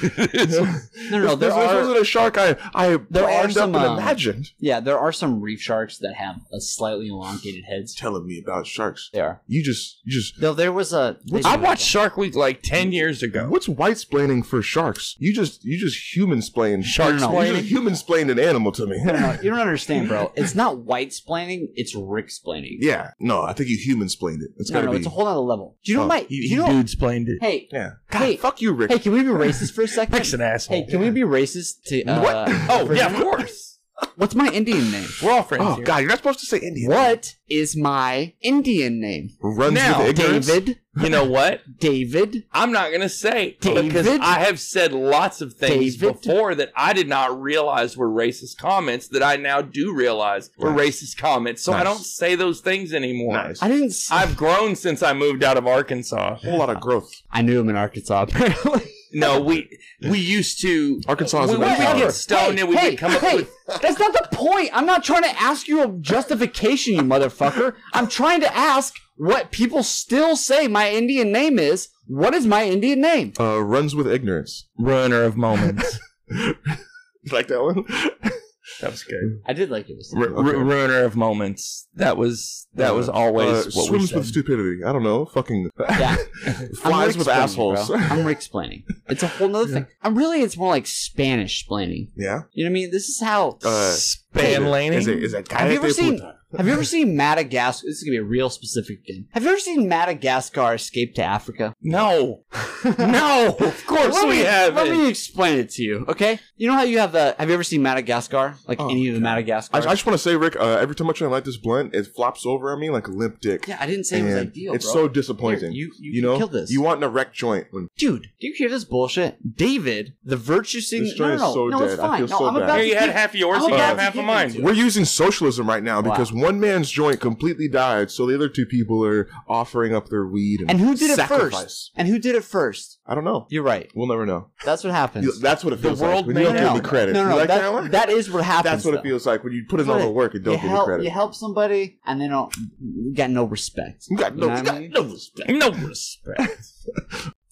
Speaker 3: No, no, no
Speaker 1: this,
Speaker 3: there
Speaker 1: this
Speaker 3: are
Speaker 1: wasn't a shark I I
Speaker 3: There are
Speaker 1: planned
Speaker 3: some,
Speaker 1: up and
Speaker 3: um,
Speaker 1: imagined.
Speaker 3: yeah, there are some reef sharks that have a slightly elongated heads.
Speaker 1: Telling me about sharks.
Speaker 3: They are.
Speaker 1: You just, you just.
Speaker 3: No, there was a. they
Speaker 5: I
Speaker 3: do
Speaker 5: watched
Speaker 3: have
Speaker 5: Shark Week like ten years ago.
Speaker 1: What's white splaining for sharks? You just you just human splain shark
Speaker 3: No, no, no.
Speaker 1: You just human splained an animal to me.
Speaker 3: that. No, no, you don't understand, bro. It's not white splaining. It's Rick splaining.
Speaker 1: yeah, no, I think you human splained it. It's
Speaker 3: no,
Speaker 1: gotta
Speaker 3: no,
Speaker 1: be.
Speaker 3: it's a whole other level. Do you know
Speaker 1: Oh,
Speaker 3: my? Do you know?
Speaker 5: explained it.
Speaker 3: Hey,
Speaker 1: yeah.
Speaker 3: God, hey,
Speaker 1: Fuck you, Rick.
Speaker 3: hey, can we be racist for a second?
Speaker 5: Rick's an asshole.
Speaker 3: Hey, can we be racist to uh,
Speaker 1: What?
Speaker 5: Oh
Speaker 3: for
Speaker 5: yeah,
Speaker 3: him?
Speaker 5: of course.
Speaker 3: What's my Indian name?
Speaker 5: We're all friends
Speaker 1: oh
Speaker 5: here.
Speaker 1: God, you're not supposed to say Indian.
Speaker 3: What is my Indian name?
Speaker 1: runs
Speaker 5: Now,
Speaker 1: with ignorance?
Speaker 3: David.
Speaker 5: You know what?
Speaker 3: David.
Speaker 5: I'm not gonna say because
Speaker 3: David?
Speaker 5: I have said lots of things
Speaker 3: David?
Speaker 5: before that I did not realize were racist comments that I now do realize were racist comments. So I
Speaker 1: Nice.
Speaker 5: don't say those things anymore.
Speaker 1: Nice.
Speaker 3: I didn't. s-
Speaker 5: I've grown since I moved out of Arkansas.
Speaker 1: A whole lot of growth.
Speaker 3: I knew him in Arkansas. Apparently,
Speaker 5: No, we we used to
Speaker 1: Arkansas is
Speaker 5: when
Speaker 1: an
Speaker 5: we would
Speaker 1: outlier.
Speaker 5: get stoned and we would come up
Speaker 3: hey,
Speaker 5: with
Speaker 3: That's not the point. I'm not trying to ask you a justification, you motherfucker. I'm trying to ask what people still say my Indian name is. What is my Indian name?
Speaker 1: Uh, runs with ignorance.
Speaker 5: ruiner of moments.
Speaker 1: You like that one?
Speaker 5: that was good.
Speaker 3: I did like it. Was
Speaker 5: R-
Speaker 1: Okay.
Speaker 5: ruiner of moments. That was that was
Speaker 1: Uh,
Speaker 5: always
Speaker 1: Uh,
Speaker 5: what we
Speaker 1: swims
Speaker 5: said.
Speaker 1: with stupidity. I don't know. Fucking
Speaker 3: yeah,
Speaker 1: flies with assholes.
Speaker 3: I'm Rick explaining. It's a whole nother thing. I'm really. It's more like Spanish explaining.
Speaker 1: Yeah.
Speaker 3: You know what I mean? This is how.
Speaker 1: Uh,
Speaker 5: Span laning.
Speaker 1: Is it? Is it?
Speaker 3: Have you ever
Speaker 1: cállate,
Speaker 3: seen-
Speaker 1: puta.
Speaker 3: Have you ever seen Madagascar? This is gonna be a real specific thing. Have you ever seen Madagascar escape to Africa?
Speaker 5: No, no. Of course
Speaker 3: Let
Speaker 5: we
Speaker 3: me-
Speaker 5: haven't.
Speaker 3: Let me explain it to you, okay? You know how you have the. Have you ever seen Madagascar? Like
Speaker 1: Oh,
Speaker 3: any of the
Speaker 1: I,
Speaker 3: Madagascar?
Speaker 1: I just want to say, Rick. Uh, every time I try to light this blunt, it flops over on me like a limp dick.
Speaker 3: yeah, I didn't say it was
Speaker 1: And
Speaker 3: ideal.
Speaker 1: It's
Speaker 3: bro.
Speaker 1: so disappointing.
Speaker 3: Here, you, you,
Speaker 1: you know,
Speaker 3: killed this.
Speaker 1: you want an erect joint when
Speaker 3: Dude, do you hear this bullshit? David, the virtue sing.
Speaker 1: This
Speaker 3: No,
Speaker 1: joint
Speaker 3: no,
Speaker 1: is
Speaker 3: no,
Speaker 1: so
Speaker 3: no it's
Speaker 1: dead. I
Speaker 3: fine.
Speaker 1: feel
Speaker 3: no,
Speaker 1: so
Speaker 3: I'm
Speaker 1: bad.
Speaker 3: about
Speaker 5: Here
Speaker 3: to
Speaker 5: you had
Speaker 3: give-
Speaker 5: half of yours.
Speaker 3: I'm
Speaker 5: You
Speaker 3: about
Speaker 5: have
Speaker 3: to
Speaker 5: half
Speaker 3: give
Speaker 5: of
Speaker 3: it
Speaker 5: mine.
Speaker 3: to you.
Speaker 1: We're using socialism right now
Speaker 3: Wow.
Speaker 1: because one man's joint completely died, so the other two people are offering up their weed and,
Speaker 3: And who did it
Speaker 1: sacrifice.
Speaker 3: first? And who did it first?
Speaker 1: I don't know.
Speaker 3: You're right.
Speaker 1: We'll never know.
Speaker 3: That's what happens.
Speaker 1: You- That's what it
Speaker 5: The
Speaker 1: feels
Speaker 5: world
Speaker 1: like. When you don't
Speaker 5: may
Speaker 1: give
Speaker 5: know.
Speaker 1: me credit.
Speaker 3: No, no,
Speaker 1: you like that,
Speaker 3: that,
Speaker 1: one?
Speaker 3: that is what happens.
Speaker 1: That's what
Speaker 3: though.
Speaker 1: it feels like when you put in
Speaker 3: But
Speaker 1: all the work and don't
Speaker 3: you
Speaker 1: give me
Speaker 3: help,
Speaker 1: credit.
Speaker 3: You help somebody, and they don't you got no respect.
Speaker 1: You got
Speaker 3: You
Speaker 1: no,
Speaker 3: know
Speaker 1: you
Speaker 3: what I
Speaker 1: got
Speaker 3: mean?
Speaker 1: no respect.
Speaker 5: No respect.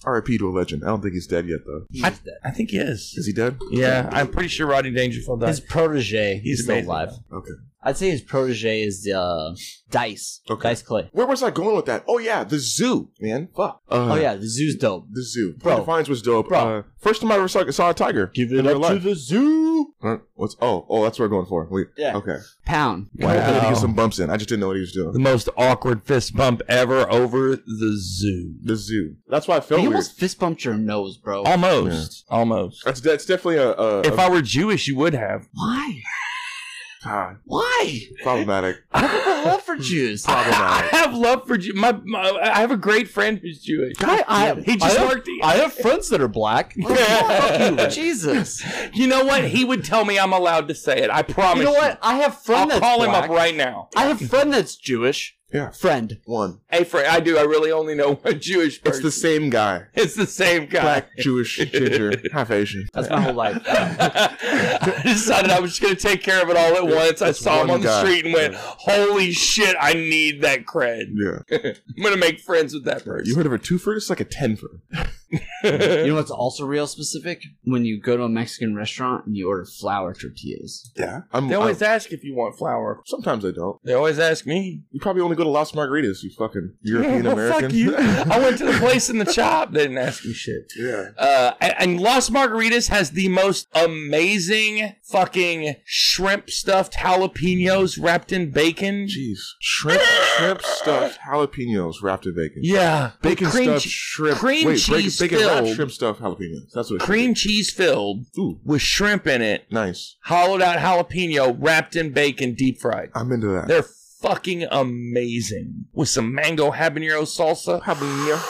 Speaker 1: R.I.P. to a legend. I don't think he's dead yet, though.
Speaker 3: He's
Speaker 5: I-
Speaker 3: dead.
Speaker 5: I think he is.
Speaker 1: Is he dead?
Speaker 5: Yeah, I'm pretty sure Rodney Dangerfield
Speaker 3: His
Speaker 5: does.
Speaker 3: protege,
Speaker 5: He's
Speaker 3: he's still
Speaker 5: amazing.
Speaker 3: alive.
Speaker 1: Okay.
Speaker 3: I'd say his protege is uh, Dice.
Speaker 1: Okay.
Speaker 3: Dice Clay.
Speaker 1: Where was I going with that? Oh yeah, the zoo, man. Fuck. Uh,
Speaker 3: oh yeah, the zoo's dope.
Speaker 1: the zoo.
Speaker 3: Bro.
Speaker 1: Point Defiance was dope.
Speaker 3: Bro.
Speaker 1: Uh, first time I ever saw, saw a tiger.
Speaker 3: Give
Speaker 1: it up to
Speaker 3: the zoo.
Speaker 1: Huh? What's? Oh, oh, that's what we're going for. We,
Speaker 3: Yeah.
Speaker 1: Okay.
Speaker 3: Pound.
Speaker 1: I
Speaker 5: Wow.
Speaker 1: had to get some bumps in. I just didn't know what he was doing.
Speaker 5: The most awkward fist bump ever over the zoo.
Speaker 1: The zoo. That's why I felt
Speaker 3: he
Speaker 1: weird.
Speaker 3: almost fist bumped your nose, bro.
Speaker 5: Almost. Almost.
Speaker 1: That's that's definitely a, a,
Speaker 5: If
Speaker 1: a
Speaker 5: I were Jewish, you would have.
Speaker 3: Why?
Speaker 1: ah,
Speaker 3: Why?
Speaker 1: problematic.
Speaker 3: I have a love for Jews.
Speaker 5: I
Speaker 1: Problematic.
Speaker 5: have love for Jew. My, my, I have a great friend who's Jewish.
Speaker 3: Guy, I,
Speaker 5: He just worked.
Speaker 3: I have friends that are black. Fuck you, Jesus.
Speaker 5: you know what? He would tell me I'm allowed to say it. I promise.
Speaker 3: You know what? I have
Speaker 5: I'll
Speaker 3: friend that's
Speaker 5: call
Speaker 3: black.
Speaker 5: him up right now.
Speaker 3: I have friend that's Jewish.
Speaker 1: Yeah.
Speaker 3: Friend.
Speaker 1: One.
Speaker 5: Hey, friend, I do. I really only know one Jewish
Speaker 1: It's
Speaker 5: person.
Speaker 1: the same guy.
Speaker 5: It's the same guy.
Speaker 1: Black, Jewish, ginger, half Asian.
Speaker 3: That's my whole life.
Speaker 5: I decided I was just going to take care of it all at once. I
Speaker 1: It's
Speaker 5: saw him
Speaker 1: one
Speaker 5: on the
Speaker 1: guy.
Speaker 5: street and went, "Holy shit! I need that cred.
Speaker 1: Yeah.
Speaker 5: I'm going to make friends with that
Speaker 1: You
Speaker 5: person."
Speaker 1: heard of a twofer? It's like a tenfer.
Speaker 3: You know what's also real specific? When you go to a Mexican restaurant and you order flour tortillas.
Speaker 1: Yeah. I'm,
Speaker 5: they always
Speaker 1: I'm-
Speaker 5: ask if you want flour.
Speaker 1: sometimes I don't.
Speaker 5: They always ask me.
Speaker 1: You probably only go to Las Margaritas, you fucking European
Speaker 5: Well,
Speaker 1: American.
Speaker 5: Fuck you. I went to the place in the shop. They didn't ask me shit.
Speaker 1: yeah.
Speaker 5: Uh, and, and Las Margaritas has the most amazing fucking shrimp stuffed jalapenos wrapped in bacon.
Speaker 1: Jeez. Shrimp, shrimp stuffed jalapenos wrapped in bacon.
Speaker 5: Yeah,
Speaker 1: Bacon
Speaker 5: cream
Speaker 1: stuffed
Speaker 5: che-
Speaker 1: shrimp.
Speaker 5: cream
Speaker 1: wait, bacon-
Speaker 5: cheese
Speaker 1: bacon wrapped
Speaker 5: filled.
Speaker 1: shrimp stuffed jalapenos. That's what it
Speaker 5: cream cheese filled
Speaker 1: should be. Ooh,
Speaker 5: with shrimp in it,
Speaker 1: nice.
Speaker 5: hollowed out jalapeno wrapped in bacon, deep fried.
Speaker 1: I'm into that.
Speaker 5: They're fucking amazing with some mango habanero salsa.
Speaker 1: Habanero.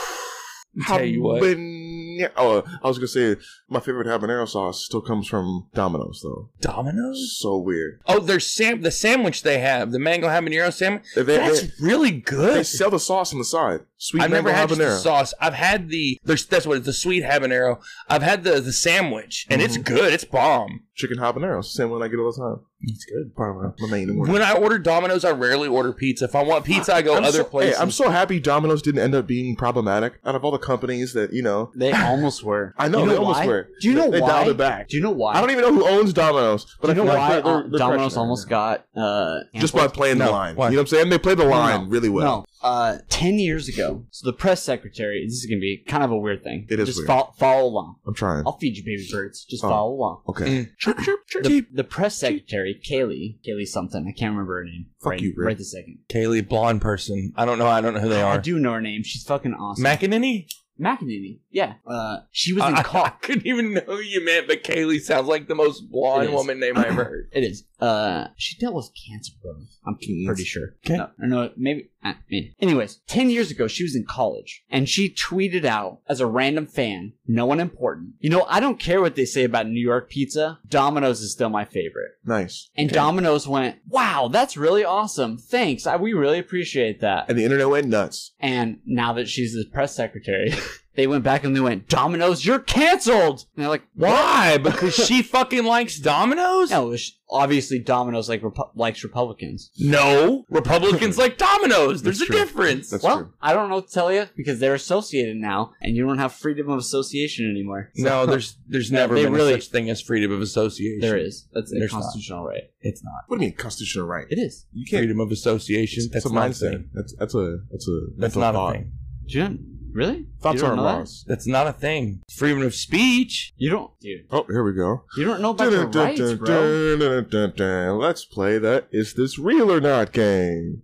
Speaker 5: Tell you what.
Speaker 1: Habanero. Oh, I was gonna say my favorite habanero sauce still comes from Domino's though.
Speaker 5: Domino's.
Speaker 1: So weird.
Speaker 5: Oh, their sam the sandwich they have, the mango habanero sandwich.
Speaker 1: They, they,
Speaker 5: That's
Speaker 1: they,
Speaker 5: really
Speaker 1: they
Speaker 5: good.
Speaker 1: sell the sauce on the side. Sweet
Speaker 5: I've
Speaker 1: mango
Speaker 5: never had just the
Speaker 1: habanero.
Speaker 5: sauce. I've had the there's that's what it's the sweet habanero. I've had the the sandwich and it's
Speaker 1: Mm-hmm.
Speaker 5: good. It's bomb.
Speaker 1: Chicken habanero. It's the same one I get all the time.
Speaker 5: It's good.
Speaker 1: Part of my, my main in the morning.
Speaker 5: When I order Domino's, I rarely order pizza. If I want pizza, I go
Speaker 1: I'm
Speaker 5: other
Speaker 1: so,
Speaker 5: places.
Speaker 1: Hey, I'm so happy Domino's didn't end up being problematic. Out of all the companies that you know,
Speaker 3: They almost were.
Speaker 1: I know,
Speaker 3: You
Speaker 1: they almost
Speaker 3: why?
Speaker 1: were.
Speaker 3: Do you know
Speaker 1: They- they
Speaker 3: why?
Speaker 1: dialed it back.
Speaker 3: Do you know why?
Speaker 1: I don't even know who owns Domino's, but
Speaker 3: Do you
Speaker 1: I
Speaker 3: know
Speaker 1: feel
Speaker 3: why
Speaker 1: like they're- they're-
Speaker 3: uh,
Speaker 1: they're
Speaker 3: Domino's
Speaker 1: crushing it.
Speaker 3: almost got uh,
Speaker 1: just by playing the
Speaker 5: No,
Speaker 1: line.
Speaker 5: why?
Speaker 1: You know what I'm saying? They played the line
Speaker 3: No,
Speaker 1: really well.
Speaker 3: No, uh, ten years ago, so the press secretary. This is gonna be kind of a weird thing.
Speaker 1: It is
Speaker 3: Just
Speaker 1: weird.
Speaker 3: Fo- follow along.
Speaker 1: I'm trying.
Speaker 3: I'll feed you baby birds. Just
Speaker 1: Oh.
Speaker 3: follow along.
Speaker 1: Okay.
Speaker 3: The, the press secretary, Kaylee, Kaylee something. I can't remember her name.
Speaker 1: Fuck
Speaker 3: right,
Speaker 1: you, Rick.
Speaker 3: right this second.
Speaker 5: Kaylee, blonde person. I don't know. I don't know who they
Speaker 3: I
Speaker 5: are.
Speaker 3: do know her name. She's fucking awesome.
Speaker 5: Macanini.
Speaker 3: McEnany. Yeah. Uh, she was in
Speaker 5: I, I
Speaker 3: Caught.
Speaker 5: couldn't even know who you meant, but Kaylee sounds like the most
Speaker 3: It
Speaker 5: blonde
Speaker 3: is.
Speaker 5: woman name I ever heard.
Speaker 3: It is. Uh, she dealt with cancer, bro. I'm pretty sure.
Speaker 5: Okay.
Speaker 3: No, or no, maybe. Uh, maybe. Anyways, ten years ago, she was in college, and she tweeted out as a random fan, "No one important." You know, I don't care what they say about New York pizza. Domino's is still my favorite.
Speaker 1: Nice.
Speaker 3: And Domino's went, "Wow, that's really awesome. Thanks. I, we really appreciate that."
Speaker 1: And the internet went nuts.
Speaker 3: And now that she's the press secretary, they went back and they went, "Domino's, you're canceled." And they're like,
Speaker 5: Why? Because she fucking likes Domino's?
Speaker 3: "No, it's- obviously Domino's like Repu- likes Republicans."
Speaker 5: No. Republicans like Domino's. There's a
Speaker 1: That's true.
Speaker 5: difference.
Speaker 1: That's
Speaker 3: Well,
Speaker 1: true.
Speaker 3: I don't know what to tell you because they're associated now, and you don't have freedom of association anymore.
Speaker 5: No, there's there's
Speaker 3: No,
Speaker 5: never
Speaker 3: they
Speaker 5: been
Speaker 3: really-
Speaker 5: a such thing as freedom of association.
Speaker 3: There is. That's a
Speaker 5: There's not.
Speaker 3: constitutional right.
Speaker 5: It's not
Speaker 1: What do you mean constitutional right?
Speaker 3: It is.
Speaker 1: You can't.
Speaker 5: freedom of association.
Speaker 1: It's
Speaker 5: That's
Speaker 1: a
Speaker 5: not a
Speaker 1: mindset.
Speaker 5: thing.
Speaker 1: That's that's a that's a
Speaker 5: That's
Speaker 1: mental
Speaker 5: not
Speaker 1: thought.
Speaker 5: a thing.
Speaker 3: Do you not- really?
Speaker 1: Thoughts
Speaker 3: you don't
Speaker 1: are
Speaker 3: know that?
Speaker 1: laws.
Speaker 5: That's not a thing. Freedom of speech.
Speaker 3: You don't, dude.
Speaker 1: Oh, here we go.
Speaker 3: You don't know about your rights, bro.
Speaker 1: Let's play that. Is this real or not game?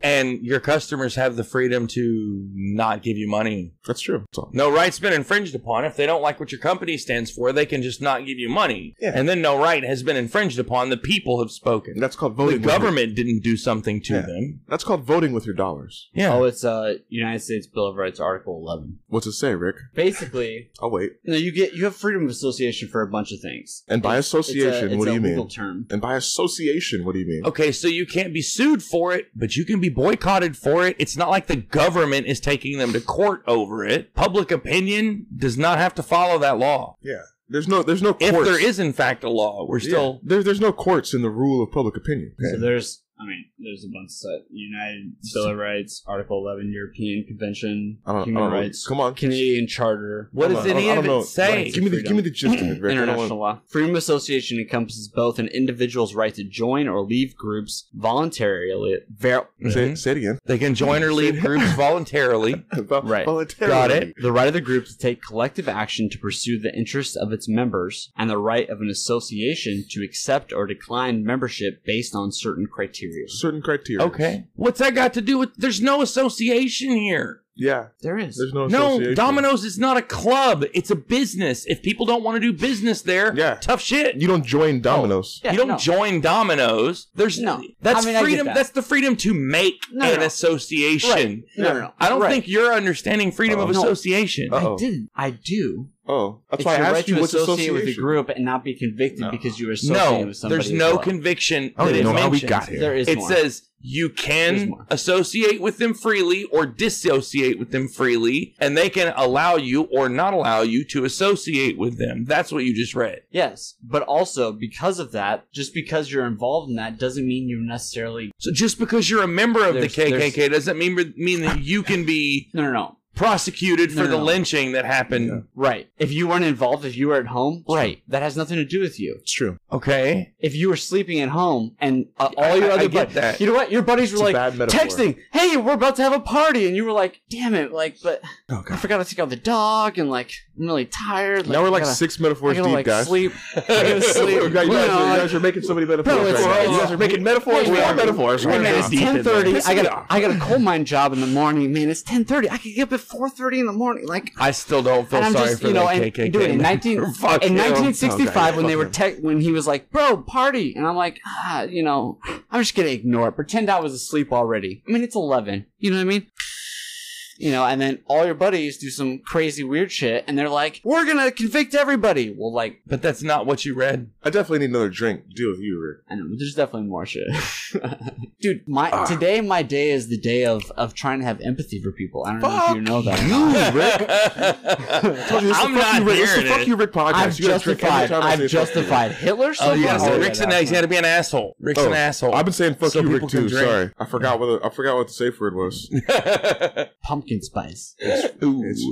Speaker 5: And your customers have the freedom to not give you money.
Speaker 1: That's true. That's all.
Speaker 5: No right's been infringed upon. If they don't like what your company stands for, they can just not give you money.
Speaker 1: Yeah.
Speaker 5: And then no right has been infringed upon. The people have spoken.
Speaker 1: That's called
Speaker 5: The
Speaker 1: voting. with your-
Speaker 5: government didn't do something to
Speaker 1: Yeah.
Speaker 5: them.
Speaker 1: that's called voting with your dollars.
Speaker 5: Yeah.
Speaker 3: Oh, it's uh United States Bill of Rights, Article Eleven.
Speaker 1: What's it say, Rick?
Speaker 3: Basically,
Speaker 1: I'll wait.
Speaker 3: you know, you get you have freedom of association for a bunch of things.
Speaker 1: And by
Speaker 3: It's- it's a-
Speaker 1: association,
Speaker 3: it's
Speaker 1: what
Speaker 3: a
Speaker 1: do you mean?
Speaker 3: legal Term.
Speaker 1: And by association, what do you mean?
Speaker 5: Okay, so you can't be sued for it, but you can be boycotted for it. It's not like the government is taking them to court over it. Public opinion does not have to follow that law.
Speaker 1: There's no there's no
Speaker 5: If
Speaker 1: courts.
Speaker 5: there is, in fact, a law, we're
Speaker 1: Yeah.
Speaker 5: still.
Speaker 1: there, there's no courts in the rule of public opinion.
Speaker 3: So there's
Speaker 4: I mean, there's a bunch of stuff. United Bill of Rights, Article 11, European Convention,
Speaker 1: I don't,
Speaker 4: Human
Speaker 1: I don't
Speaker 4: Rights,
Speaker 1: know. Come on.
Speaker 3: Canadian Charter.
Speaker 5: What
Speaker 1: Come
Speaker 5: does
Speaker 1: on, I
Speaker 5: any
Speaker 1: don't- I
Speaker 5: of
Speaker 1: don't know.
Speaker 5: it say?
Speaker 1: Give me the give me the gist of it, Rick. I don't
Speaker 3: International law. Freedom of association encompasses both an individual's right to join or leave groups voluntarily. Ver-
Speaker 1: wanna- Say, say it again.
Speaker 5: They can join or leave groups voluntarily.
Speaker 3: Right.
Speaker 1: Voluntarily.
Speaker 5: Got it.
Speaker 3: the right of the group to take collective action to pursue the interests of its members, and the right of an association to accept or decline membership based on certain criteria.
Speaker 1: Certain criteria.
Speaker 5: Okay. What's that got to do with? There's no association here.
Speaker 1: Yeah.
Speaker 3: There is.
Speaker 1: There's no.
Speaker 5: No,
Speaker 1: association.
Speaker 5: Domino's is not a club. It's a business. If people don't want to do business there,
Speaker 1: Yeah.
Speaker 5: tough shit.
Speaker 1: You don't
Speaker 3: Oh.
Speaker 1: join Domino's.
Speaker 3: Yeah,
Speaker 5: you don't
Speaker 3: no.
Speaker 5: join Domino's. There's
Speaker 3: No.
Speaker 5: That's
Speaker 3: I mean, I get
Speaker 5: freedom.
Speaker 3: that.
Speaker 5: That's the freedom to make
Speaker 3: No,
Speaker 5: an
Speaker 3: no.
Speaker 5: association.
Speaker 3: Right. No, no, no.
Speaker 5: I don't
Speaker 3: Right. Oh,
Speaker 5: think you're understanding
Speaker 1: Oh,
Speaker 5: freedom of
Speaker 3: Uh-oh. No.
Speaker 5: association.
Speaker 1: Uh-oh.
Speaker 3: I didn't. I do.
Speaker 1: Oh, that's
Speaker 3: it's
Speaker 1: why I
Speaker 3: your
Speaker 1: asked
Speaker 3: right
Speaker 1: you
Speaker 3: to
Speaker 1: what's
Speaker 3: associate
Speaker 1: association
Speaker 3: with a group and not be convicted
Speaker 1: No.
Speaker 3: because you were associated
Speaker 5: no,
Speaker 3: with somebody. as
Speaker 5: there's no
Speaker 3: well.
Speaker 5: conviction
Speaker 1: I don't
Speaker 5: that it
Speaker 1: even know how we
Speaker 5: mentions.
Speaker 1: got here.
Speaker 3: There is.
Speaker 5: it
Speaker 3: more.
Speaker 5: says you
Speaker 3: There's
Speaker 5: can
Speaker 3: more.
Speaker 5: associate with them freely or dissociate with them freely, and they can allow you or not allow you to associate with them. That's what you just read.
Speaker 3: Yes, but also because of that, just because you're involved in that doesn't mean you necessarily.
Speaker 5: So just because you're a member of
Speaker 3: There's-
Speaker 5: the KKK doesn't mean mean that you can be
Speaker 3: No, no, no.
Speaker 5: prosecuted for
Speaker 3: No, no,
Speaker 5: the
Speaker 3: no.
Speaker 5: lynching that happened.
Speaker 3: Right. If you weren't involved, if you were at home, right. That has nothing to do with you.
Speaker 1: It's true.
Speaker 5: Okay,
Speaker 3: If you were sleeping at home and uh, all your
Speaker 5: I- I
Speaker 3: other
Speaker 5: get
Speaker 3: bud-
Speaker 5: that.
Speaker 3: you know what, your buddies were
Speaker 1: It's a
Speaker 3: like
Speaker 1: bad metaphor.
Speaker 3: texting, "Hey, we're about to have a party," and you were like, "Damn it!" Like, but I forgot to take out the dog, and like I'm really tired.
Speaker 1: Now we're like
Speaker 3: I gotta,
Speaker 1: six
Speaker 3: I
Speaker 1: metaphors
Speaker 3: gotta,
Speaker 1: deep,
Speaker 3: like
Speaker 1: guys.
Speaker 3: sleep. I gotta sleep.
Speaker 1: you, guys,
Speaker 3: You
Speaker 1: you, guys
Speaker 3: know,
Speaker 1: are, you
Speaker 3: like-
Speaker 1: guys are making so many metaphors.
Speaker 3: Bro, it's-
Speaker 1: right now. You
Speaker 3: we're-
Speaker 1: guys are making metaphors.
Speaker 3: Wait,
Speaker 1: We
Speaker 3: wait,
Speaker 1: are metaphors.
Speaker 3: Wait a
Speaker 1: right
Speaker 3: minute,
Speaker 1: now.
Speaker 3: it's ten thirty. I got I got a coal mine job in the morning, man. It's ten thirty. I could get up at four thirty in the morning. Like
Speaker 5: I still don't feel
Speaker 3: and I'm
Speaker 5: sorry
Speaker 3: just
Speaker 5: for
Speaker 3: you know,
Speaker 5: the
Speaker 3: and
Speaker 5: KKK.
Speaker 3: dude, in nineteen
Speaker 5: Fuck
Speaker 3: in
Speaker 5: you.
Speaker 3: nineteen sixty
Speaker 1: Oh, God,
Speaker 3: five
Speaker 1: yeah,
Speaker 3: when they
Speaker 1: fuck
Speaker 3: were
Speaker 1: him.
Speaker 3: tech when he was like, Bro, party and I'm like, ah, you know, I'm just gonna ignore it. Pretend I was asleep already. I mean it's eleven. You know what I mean? You know, and then all your buddies do some crazy weird shit and they're like, We're gonna convict everybody. Well like
Speaker 5: but that's not what you read.
Speaker 1: I definitely need another drink. Deal with you, Rick.
Speaker 3: I know but there's definitely more shit. Dude, my today my day is the day of of trying to have empathy for people. I don't know if you know that. or not.
Speaker 1: Dude, it's the
Speaker 5: I'm
Speaker 1: fuck
Speaker 5: not
Speaker 1: you, Rick. It's the
Speaker 5: hearing
Speaker 1: fuck
Speaker 5: it.
Speaker 1: you, Rick podcast.
Speaker 3: I've
Speaker 1: You gotta drink every
Speaker 3: justified.
Speaker 1: time I say
Speaker 3: I've
Speaker 1: fuck you, Rick.
Speaker 3: justified Hitler. so
Speaker 5: Oh yes,
Speaker 3: far?
Speaker 1: yeah,
Speaker 5: Rick's an he's got to be an asshole. Rick's
Speaker 1: Oh,
Speaker 5: an asshole.
Speaker 1: I've been saying fuck
Speaker 5: So
Speaker 1: you, Rick
Speaker 5: people can
Speaker 1: too.
Speaker 5: drink.
Speaker 1: Sorry, I forgot what the, I forgot what the safe word was.
Speaker 3: pumpkin spice.
Speaker 1: It's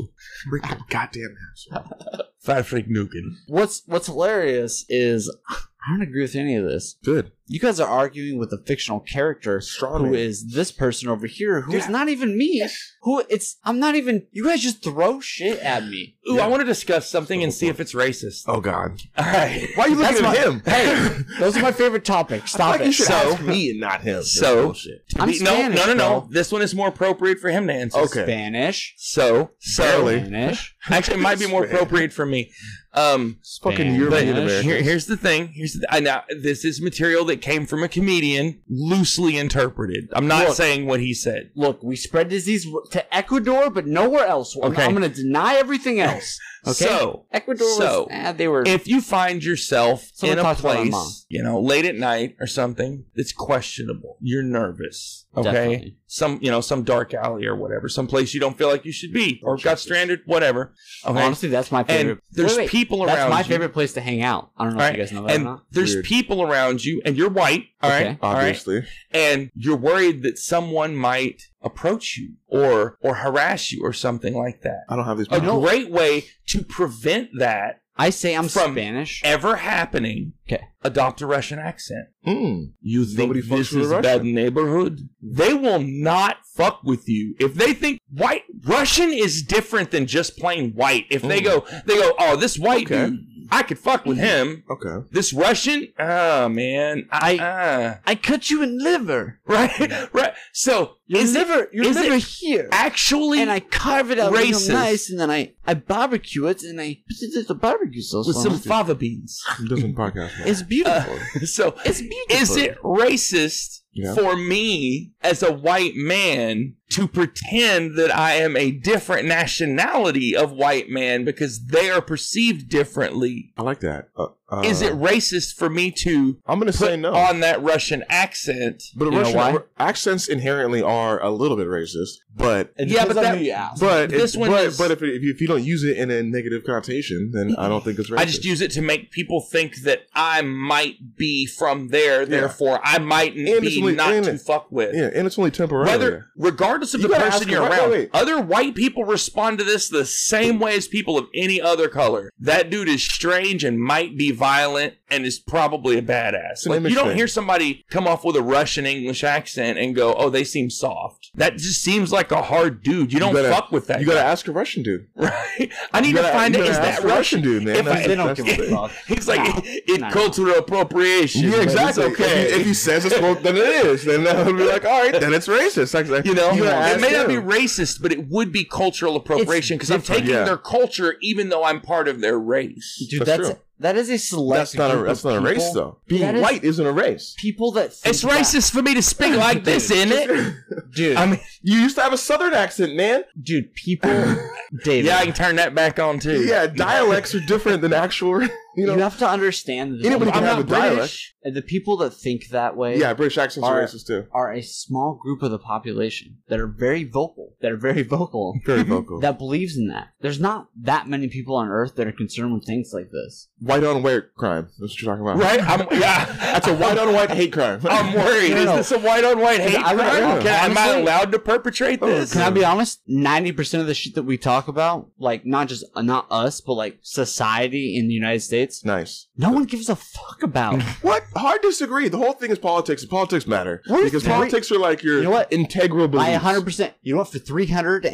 Speaker 1: Rick, you goddamn asshole.
Speaker 5: Fat freak nuking.
Speaker 3: What's What's hilarious is I don't agree with any of this.
Speaker 1: Good.
Speaker 3: You guys are arguing with a fictional character
Speaker 1: Strong.
Speaker 3: who
Speaker 1: man.
Speaker 3: is this person over here who's
Speaker 1: Yeah.
Speaker 3: not even me. Who it's I'm not even. You guys just throw shit at me.
Speaker 5: Ooh, I want to discuss something and see if it's racist.
Speaker 1: Oh God.
Speaker 5: All right.
Speaker 1: Why are you looking
Speaker 3: That's
Speaker 1: at him?
Speaker 3: Hey, those are my favorite topics. Stop
Speaker 1: Like
Speaker 3: it.
Speaker 1: you should
Speaker 5: So-
Speaker 1: ask me and not him. That's
Speaker 5: So-
Speaker 1: bullshit.
Speaker 3: I'm
Speaker 5: no,
Speaker 3: Spanish,
Speaker 5: no, no, no.
Speaker 3: bro.
Speaker 5: This one is more appropriate for him to answer.
Speaker 1: Okay.
Speaker 3: Spanish.
Speaker 5: So, so
Speaker 1: Barely.
Speaker 3: Spanish.
Speaker 5: actually, it might be more appropriate for me. Um,
Speaker 1: it's fucking
Speaker 3: Spanish.
Speaker 5: but
Speaker 1: European
Speaker 3: Spanish.
Speaker 5: here,
Speaker 1: American.
Speaker 5: here's the thing. Here's the, I now this is material that came from a comedian, loosely interpreted. I'm not
Speaker 3: Look.
Speaker 5: saying what he said.
Speaker 3: Look, we spread disease to Ecuador, but nowhere else. I'm-
Speaker 5: Okay.
Speaker 3: I'm going to deny everything else. Okay.
Speaker 5: So,
Speaker 3: Ecuador
Speaker 5: So,
Speaker 3: was eh, they were
Speaker 5: if you find yourself
Speaker 3: Someone
Speaker 5: in a
Speaker 3: talked about my mom.
Speaker 5: place, you know, late at night or something, it's questionable. You're nervous. Okay.
Speaker 3: Definitely.
Speaker 5: Some, you know, some dark alley or whatever, some place you don't feel like you should be or got stranded, whatever. Okay.
Speaker 3: honestly that's my favorite.
Speaker 5: and there's
Speaker 3: Wait, wait.
Speaker 5: people around
Speaker 3: That's my
Speaker 5: you.
Speaker 3: favorite place to hang out. I don't know if you guys know that or
Speaker 5: and
Speaker 3: not.
Speaker 5: there's
Speaker 1: Weird.
Speaker 5: people around you, and you're white. All right,
Speaker 3: Okay.
Speaker 5: all right,
Speaker 1: Obviously,
Speaker 5: and you're worried that someone might approach you or or harass you or something like that.
Speaker 1: I don't have these.
Speaker 5: A
Speaker 1: problems.
Speaker 5: great way to prevent that
Speaker 3: I say I'm
Speaker 5: From-
Speaker 3: Spanish.
Speaker 5: ever happening.
Speaker 3: Okay.
Speaker 5: adopt a Russian accent.
Speaker 1: Mm.
Speaker 5: You think
Speaker 1: Nobody fucks
Speaker 5: this
Speaker 1: with
Speaker 5: is
Speaker 1: a
Speaker 5: bad
Speaker 1: Russian.
Speaker 5: neighborhood? They will not fuck with you if they think white Russian is different than just plain white. If they
Speaker 1: Mm.
Speaker 5: go, they go, oh, this white
Speaker 1: Okay. Mm.
Speaker 5: dude, I could fuck with him.
Speaker 1: Okay.
Speaker 5: This Russian, oh man, I. uh."
Speaker 3: I cut you in liver.
Speaker 5: right? Right. So
Speaker 3: Your
Speaker 5: is it
Speaker 3: liver, your
Speaker 5: is
Speaker 3: liver
Speaker 5: it
Speaker 3: here.
Speaker 5: actually?
Speaker 3: And I carve it out real
Speaker 5: racist?
Speaker 3: nice, and then I, I barbecue it, and I it's a barbecue sauce.
Speaker 5: with
Speaker 3: on
Speaker 5: some
Speaker 3: it.
Speaker 5: fava beans.
Speaker 1: He doesn't podcast. man.
Speaker 3: it's beautiful.
Speaker 5: So
Speaker 3: it's beautiful.
Speaker 5: is it racist
Speaker 1: Yeah.
Speaker 5: for me as a white man to pretend that I am a different nationality of white man because they are perceived differently?
Speaker 1: I like that. Uh, Uh,
Speaker 5: Is it racist for me to
Speaker 1: I'm gonna
Speaker 5: put
Speaker 1: say no.
Speaker 5: on that Russian accent?
Speaker 1: Oh. but
Speaker 3: You know
Speaker 1: Russian
Speaker 3: why?
Speaker 1: accents inherently are a little bit racist, but
Speaker 3: It
Speaker 5: Yeah,
Speaker 3: depends
Speaker 5: but
Speaker 3: on
Speaker 5: that-
Speaker 3: who you ask.
Speaker 1: but
Speaker 5: This
Speaker 1: it-
Speaker 5: one
Speaker 1: but,
Speaker 5: is-
Speaker 1: but if, if, you, if you don't use it in a negative connotation, then I don't think it's racist.
Speaker 5: I just use it to make people think that I might be from there, therefore I mightn't
Speaker 1: And it's
Speaker 5: be
Speaker 1: only-
Speaker 5: not
Speaker 1: and
Speaker 5: to
Speaker 1: it-
Speaker 5: fuck with.
Speaker 1: yeah, and it's only temporary.
Speaker 5: Whether regardless of
Speaker 1: You
Speaker 5: the
Speaker 1: gotta
Speaker 5: person
Speaker 1: ask
Speaker 5: you're
Speaker 1: them- wait,
Speaker 5: around,
Speaker 1: wait, wait.
Speaker 5: other white people respond to this the same way as people of any other color. That dude is strange and might be violent and is probably a badass.
Speaker 1: an
Speaker 5: Like,
Speaker 1: image
Speaker 5: you don't
Speaker 1: thing.
Speaker 5: hear somebody come off with a Russian English accent and go, "Oh, they seem soft." That just seems like a hard dude. You don't
Speaker 1: gotta-
Speaker 5: fuck with that.
Speaker 1: you gotta
Speaker 5: guy,
Speaker 1: ask a Russian dude.
Speaker 5: right? I need
Speaker 1: You
Speaker 5: to
Speaker 1: gotta-
Speaker 5: find
Speaker 1: you
Speaker 5: out is
Speaker 1: gotta ask
Speaker 5: that
Speaker 1: a
Speaker 5: Russian?
Speaker 1: Russian dude, man?
Speaker 5: If I-
Speaker 1: That's-
Speaker 3: they don't
Speaker 1: that's-
Speaker 3: give a fuck.
Speaker 5: Uh, He's like
Speaker 3: No.
Speaker 5: it, it
Speaker 3: No.
Speaker 5: cultural appropriation.
Speaker 1: Yeah,
Speaker 5: but it's
Speaker 1: exactly.
Speaker 5: okay.
Speaker 1: If, he, if he says it's woke, then it is. Then I would be like, all right, then it's racist. Like, like,
Speaker 5: You know,
Speaker 1: gotta
Speaker 5: it
Speaker 1: ask
Speaker 5: may not be
Speaker 1: them.
Speaker 5: racist, but it would be cultural appropriation because I'm
Speaker 3: different,
Speaker 5: taking
Speaker 1: yeah.
Speaker 5: their culture, even though I'm part of their race.
Speaker 3: Dude,
Speaker 1: That's
Speaker 3: that's,
Speaker 1: true.
Speaker 3: that is a select.
Speaker 1: That's not a
Speaker 3: group
Speaker 1: that's
Speaker 3: of
Speaker 1: not a race
Speaker 3: people-
Speaker 1: though. Being
Speaker 3: That is-
Speaker 1: white is, not a race.
Speaker 3: People that think
Speaker 5: It's racist for me to speak like this, isn't it?
Speaker 3: that- dude.
Speaker 5: I mean,
Speaker 1: You used to have a southern accent, man.
Speaker 3: dude, people, David.
Speaker 5: yeah, I can turn that back on too.
Speaker 1: Yeah, dialects are different than actual. You
Speaker 3: you,
Speaker 1: know,
Speaker 3: have to understand that
Speaker 1: Anybody
Speaker 3: the,
Speaker 1: can
Speaker 5: I'm
Speaker 1: have a
Speaker 5: not
Speaker 1: dialect.
Speaker 5: British.
Speaker 3: and the people that think that way
Speaker 1: Yeah, British accents are
Speaker 3: Are-
Speaker 1: racist too.
Speaker 3: are a small group of the population that are very vocal, that are very vocal,
Speaker 1: Very vocal.
Speaker 3: that believes in that. There's not that many people on Earth that are concerned with things like this.
Speaker 1: white on white crime. That's what you're talking about.
Speaker 5: Right? I'm, yeah,
Speaker 1: That's a white on white hate crime.
Speaker 5: I'm worried.
Speaker 3: No, no.
Speaker 5: Is this a white on white hate
Speaker 3: I
Speaker 5: crime?
Speaker 3: would-
Speaker 1: yeah.
Speaker 5: Can- am I
Speaker 3: Honestly-
Speaker 5: allowed to perpetrate
Speaker 1: Oh,
Speaker 5: this?
Speaker 3: Can I be honest? Ninety percent of the shit that we talk about, like not just not us, but like society in the United States,
Speaker 1: nice.
Speaker 3: no one gives a fuck about.
Speaker 1: What? Hard disagree. The whole thing is politics. and Politics matter
Speaker 3: What is
Speaker 1: because
Speaker 3: that?
Speaker 1: politics are like your
Speaker 3: You know what?
Speaker 1: integral beliefs.
Speaker 3: By 100%. You know what? For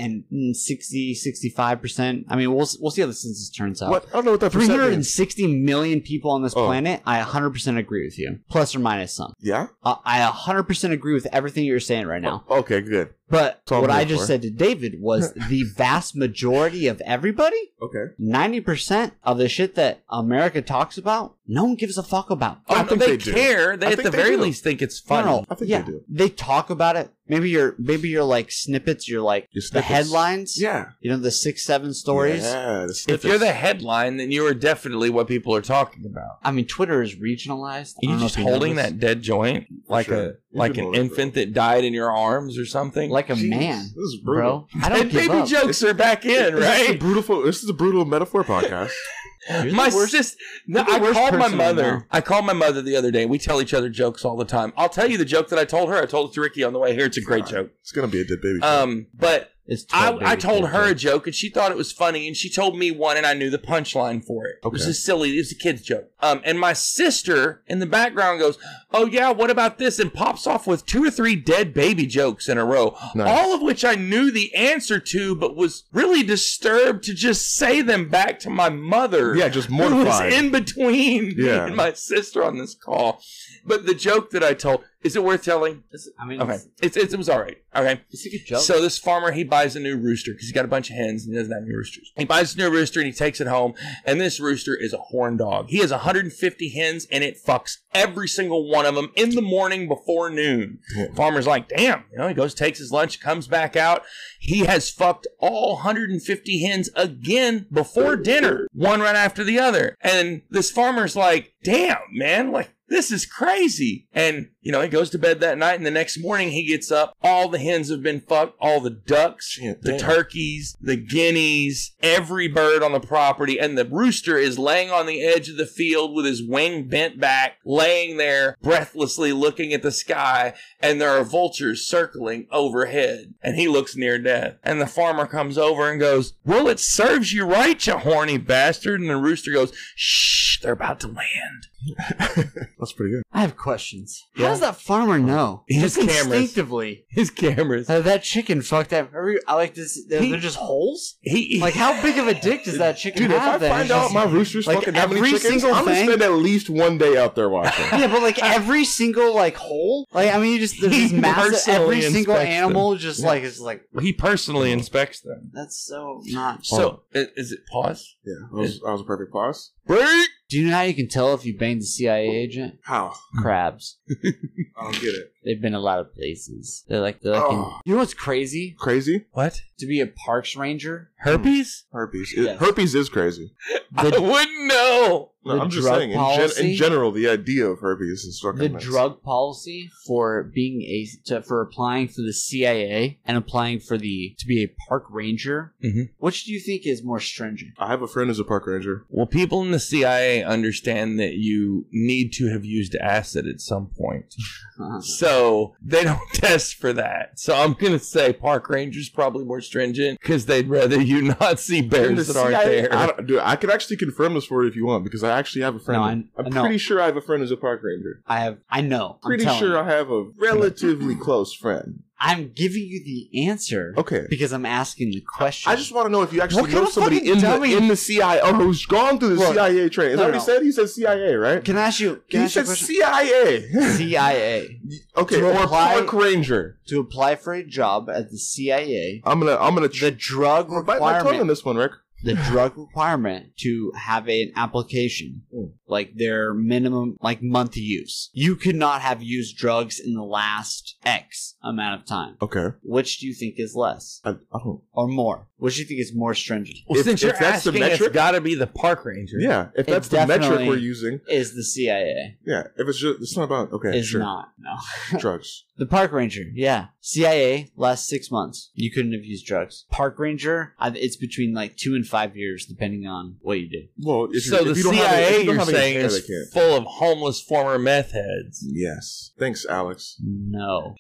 Speaker 3: 360, 65%. I mean, we'll, we'll see how the census turns out.
Speaker 1: What? I don't know what that percent means.
Speaker 3: 360 million people on this
Speaker 1: Oh.
Speaker 3: planet, I 100% agree with you. Plus or minus some.
Speaker 1: Yeah.
Speaker 3: I I 100% agree with everything you're saying right now.
Speaker 1: Okay. Good.
Speaker 3: But
Speaker 1: all I'm
Speaker 3: what I
Speaker 1: here
Speaker 3: just
Speaker 1: for.
Speaker 3: said to David was the vast majority of everybody,
Speaker 1: Okay.
Speaker 3: 90% of the shit that America talks about, no one gives a fuck about.
Speaker 5: Oh,
Speaker 1: I
Speaker 5: no,
Speaker 1: think
Speaker 5: they,
Speaker 1: they do.
Speaker 5: care. They
Speaker 1: I
Speaker 5: at
Speaker 1: think
Speaker 5: the
Speaker 1: they
Speaker 5: very
Speaker 1: do.
Speaker 5: least think it's
Speaker 3: No,
Speaker 5: funny.
Speaker 3: no.
Speaker 1: I think
Speaker 3: yeah,
Speaker 1: they do.
Speaker 3: They talk about it. Maybe your maybe your like snippets, your like
Speaker 1: Your
Speaker 3: the
Speaker 1: snippets.
Speaker 3: headlines.
Speaker 1: Yeah.
Speaker 3: You know, the six seven stories.
Speaker 1: Yeah, the
Speaker 5: If you're
Speaker 1: snippets.
Speaker 5: the headline, then you are definitely what people are talking about.
Speaker 3: I mean, Twitter is regionalized. I
Speaker 5: Are you
Speaker 3: don't know
Speaker 5: just
Speaker 3: if you know
Speaker 5: holding
Speaker 3: this.
Speaker 5: that dead joint like
Speaker 1: sure.
Speaker 5: a
Speaker 1: You
Speaker 5: like
Speaker 1: can
Speaker 5: an
Speaker 1: hold it,
Speaker 5: infant that died in your arms or something?
Speaker 3: like a
Speaker 1: Jeez,
Speaker 3: man,
Speaker 1: this is brutal.
Speaker 3: bro? I don't
Speaker 5: and
Speaker 3: give
Speaker 5: baby
Speaker 3: up.
Speaker 5: jokes are back in,
Speaker 1: This is a
Speaker 5: right?
Speaker 1: brutal. This is a brutal metaphor podcast.
Speaker 3: You're the
Speaker 5: My
Speaker 3: worst-
Speaker 5: sis, no,
Speaker 3: the
Speaker 5: I
Speaker 3: worst
Speaker 5: called my
Speaker 3: person I know.
Speaker 5: mother. I called my mother the other day. We tell each other jokes all the time. I'll tell you the joke that I told her. I told it to Ricky on the way here. It's a great
Speaker 1: God.
Speaker 5: joke.
Speaker 1: It's gonna be a dead baby.
Speaker 5: Um, but
Speaker 3: It's
Speaker 5: I,
Speaker 3: twelve
Speaker 5: I
Speaker 3: baby
Speaker 5: told
Speaker 3: jokes,
Speaker 5: her a
Speaker 3: right?
Speaker 5: joke and she thought it was funny and she told me one and I knew the punchline for it. It was
Speaker 1: Okay.
Speaker 5: just silly. It was a kid's joke. Um, and my sister in the background goes, Oh yeah, what about this? And pops off with two or three dead baby jokes in a row.
Speaker 1: Nice.
Speaker 5: All of which I knew the answer to, but was really disturbed to just say them back to my mother.
Speaker 1: yeah, just
Speaker 5: Who was
Speaker 1: mortified.
Speaker 5: in between
Speaker 1: Yeah.
Speaker 5: me and my sister on this call. But the joke that I told, is it worth telling?
Speaker 3: I mean,
Speaker 5: Okay.
Speaker 3: it's,
Speaker 5: It's, it's, it was all right. Okay.
Speaker 3: it's a good joke.
Speaker 5: So this farmer he buys a new rooster because he's got a bunch of hens and he doesn't have any roosters. He buys a new rooster and he takes it home, and this rooster is a horn dog. He has 150 hens and it fucks every single one of them in the morning before noon.
Speaker 1: Yeah.
Speaker 5: Farmer's like, damn, you know, he goes takes his lunch, comes back out. He has fucked all 150 hens again before dinner, one right after the other. And this farmer's like, damn, man, like, this is crazy. And, you know, he goes to bed that night, and the next morning he gets up. All the hens have been fucked, all the ducks,
Speaker 1: Shit,
Speaker 5: the
Speaker 1: damn.
Speaker 5: turkeys, the guineas, every bird on the property. And the rooster is laying on the edge of the field with his wing bent back, laying there breathlessly looking at the sky and there are vultures circling overhead. And he looks near death. And the farmer comes over and goes, Well, it serves you right, you horny bastard. And the rooster goes, Shh, they're about to land.
Speaker 1: That's pretty good.
Speaker 3: I have questions.
Speaker 5: Yeah.
Speaker 3: How does that farmer know?
Speaker 5: His
Speaker 3: just
Speaker 5: cameras.
Speaker 3: instinctively.
Speaker 5: His cameras.
Speaker 3: Uh, that chicken fucked up. Are you- I like this. They're,
Speaker 5: He-
Speaker 3: they're just holes.
Speaker 5: He,
Speaker 3: Like, how big of a dick does that chicken
Speaker 1: Dude, if I
Speaker 3: have? that
Speaker 1: find
Speaker 3: it's
Speaker 1: out
Speaker 3: just-
Speaker 1: my rooster's
Speaker 3: like,
Speaker 1: fucking that many
Speaker 3: every
Speaker 1: chickens,
Speaker 3: single
Speaker 1: I'm gonna
Speaker 3: thing-
Speaker 1: spend at least one day out there watching.
Speaker 3: yeah, but like every single like hole, like I mean, you just there's
Speaker 5: He
Speaker 3: this massive. Every
Speaker 5: personally
Speaker 3: single
Speaker 5: inspects them.
Speaker 3: animal, just like it's like
Speaker 5: he personally inspects them.
Speaker 3: that's so not.
Speaker 5: So, i- is it pause?
Speaker 1: yeah, that was, that was a perfect pause.
Speaker 5: Break.
Speaker 3: Do you know how you can tell if you banged the CIA agent?
Speaker 1: How?
Speaker 3: Crabs.
Speaker 1: I don't get it.
Speaker 3: They've been a lot of places. They're like they're like. in-
Speaker 1: Oh.
Speaker 3: you know what's crazy?
Speaker 1: Crazy
Speaker 5: What?
Speaker 3: To be a parks ranger.
Speaker 5: Herpes?
Speaker 1: herpes. It-
Speaker 3: Yes.
Speaker 1: Herpes is crazy.
Speaker 5: I wouldn't know.
Speaker 1: No,
Speaker 3: The
Speaker 1: I'm just
Speaker 3: drug
Speaker 1: saying. In, gen-
Speaker 3: policy?
Speaker 1: in general, the idea of herpes is fucking.
Speaker 3: the
Speaker 1: nuts.
Speaker 3: drug policy for being a to, for applying for the CIA and applying for the to be a park ranger.
Speaker 1: Mm-hmm.
Speaker 5: Mhm.
Speaker 3: Which do you think is more stringent?
Speaker 1: I have a friend who's a park ranger.
Speaker 5: Well, people in the CIA understand that you need to have used acid at some point.
Speaker 3: Uh,
Speaker 5: So they don't test for that. So I'm going to say park rangers probably more stringent because they'd rather you not see
Speaker 1: In the
Speaker 5: bears that aren't
Speaker 1: CIA
Speaker 5: there.
Speaker 1: I don't- dude, I could actually confirm this for you if you want because I actually have a friend.
Speaker 3: No,
Speaker 1: I'm,
Speaker 3: I- no.
Speaker 1: pretty sure I have a friend who's a park ranger.
Speaker 3: I have I know. I'm
Speaker 1: Pretty
Speaker 3: telling
Speaker 1: sure
Speaker 3: you.
Speaker 1: I have a relatively close friend.
Speaker 3: I'm giving you the answer
Speaker 1: Okay.
Speaker 3: because I'm asking the question.
Speaker 1: I just want to know if you
Speaker 3: What
Speaker 1: actually
Speaker 3: kind
Speaker 1: know
Speaker 3: of
Speaker 1: somebody
Speaker 3: fucking
Speaker 1: in the,
Speaker 3: dummy-
Speaker 1: in the CIA or who's gone through the
Speaker 3: Look,
Speaker 1: CIA training. Is
Speaker 3: no,
Speaker 1: that what he
Speaker 3: no.
Speaker 1: said? He said CIA, right?
Speaker 3: can I ask you? Can I
Speaker 1: he
Speaker 3: ask you a
Speaker 1: said
Speaker 3: question?
Speaker 1: CIA.
Speaker 3: CIA
Speaker 1: okay,
Speaker 3: To
Speaker 1: or
Speaker 3: apply-
Speaker 1: park ranger.
Speaker 3: to apply for a job at the CIA.
Speaker 1: I'm gonna, I'm gonna.
Speaker 3: The drug
Speaker 1: bite my tongue on
Speaker 3: requirement.
Speaker 1: this one, Rick.
Speaker 3: The drug requirement to have an application, like their minimum, like month use. You could not have used drugs in the last X amount of time.
Speaker 1: Okay,
Speaker 3: Which do you think is less
Speaker 1: I, I don't.
Speaker 3: or more? Which do you think is more stringent?
Speaker 5: well,
Speaker 1: if-
Speaker 5: since
Speaker 1: if
Speaker 5: you're
Speaker 1: that's the
Speaker 5: asking, it's
Speaker 1: metric-
Speaker 5: got to be the park ranger.
Speaker 1: Yeah,
Speaker 3: It
Speaker 1: if that's the metric
Speaker 3: definitely-
Speaker 1: we're using,
Speaker 3: Is the CIA?
Speaker 1: yeah. If it's just, it's not about okay,
Speaker 3: is
Speaker 1: sure,
Speaker 3: not no.
Speaker 1: drugs.
Speaker 3: The park ranger, yeah. CIA last six months. You couldn't have used drugs. Park ranger, I, it's between like two and five years, depending on what you did.
Speaker 1: Well, if
Speaker 5: so
Speaker 1: you,
Speaker 5: the
Speaker 1: if you don't
Speaker 5: CIA,
Speaker 1: have, any- if you don't
Speaker 5: you're
Speaker 1: have any
Speaker 5: saying,
Speaker 1: hair, they
Speaker 5: is
Speaker 1: can't.
Speaker 5: full of homeless former meth heads.
Speaker 1: Yes. Thanks, Alex.
Speaker 3: No,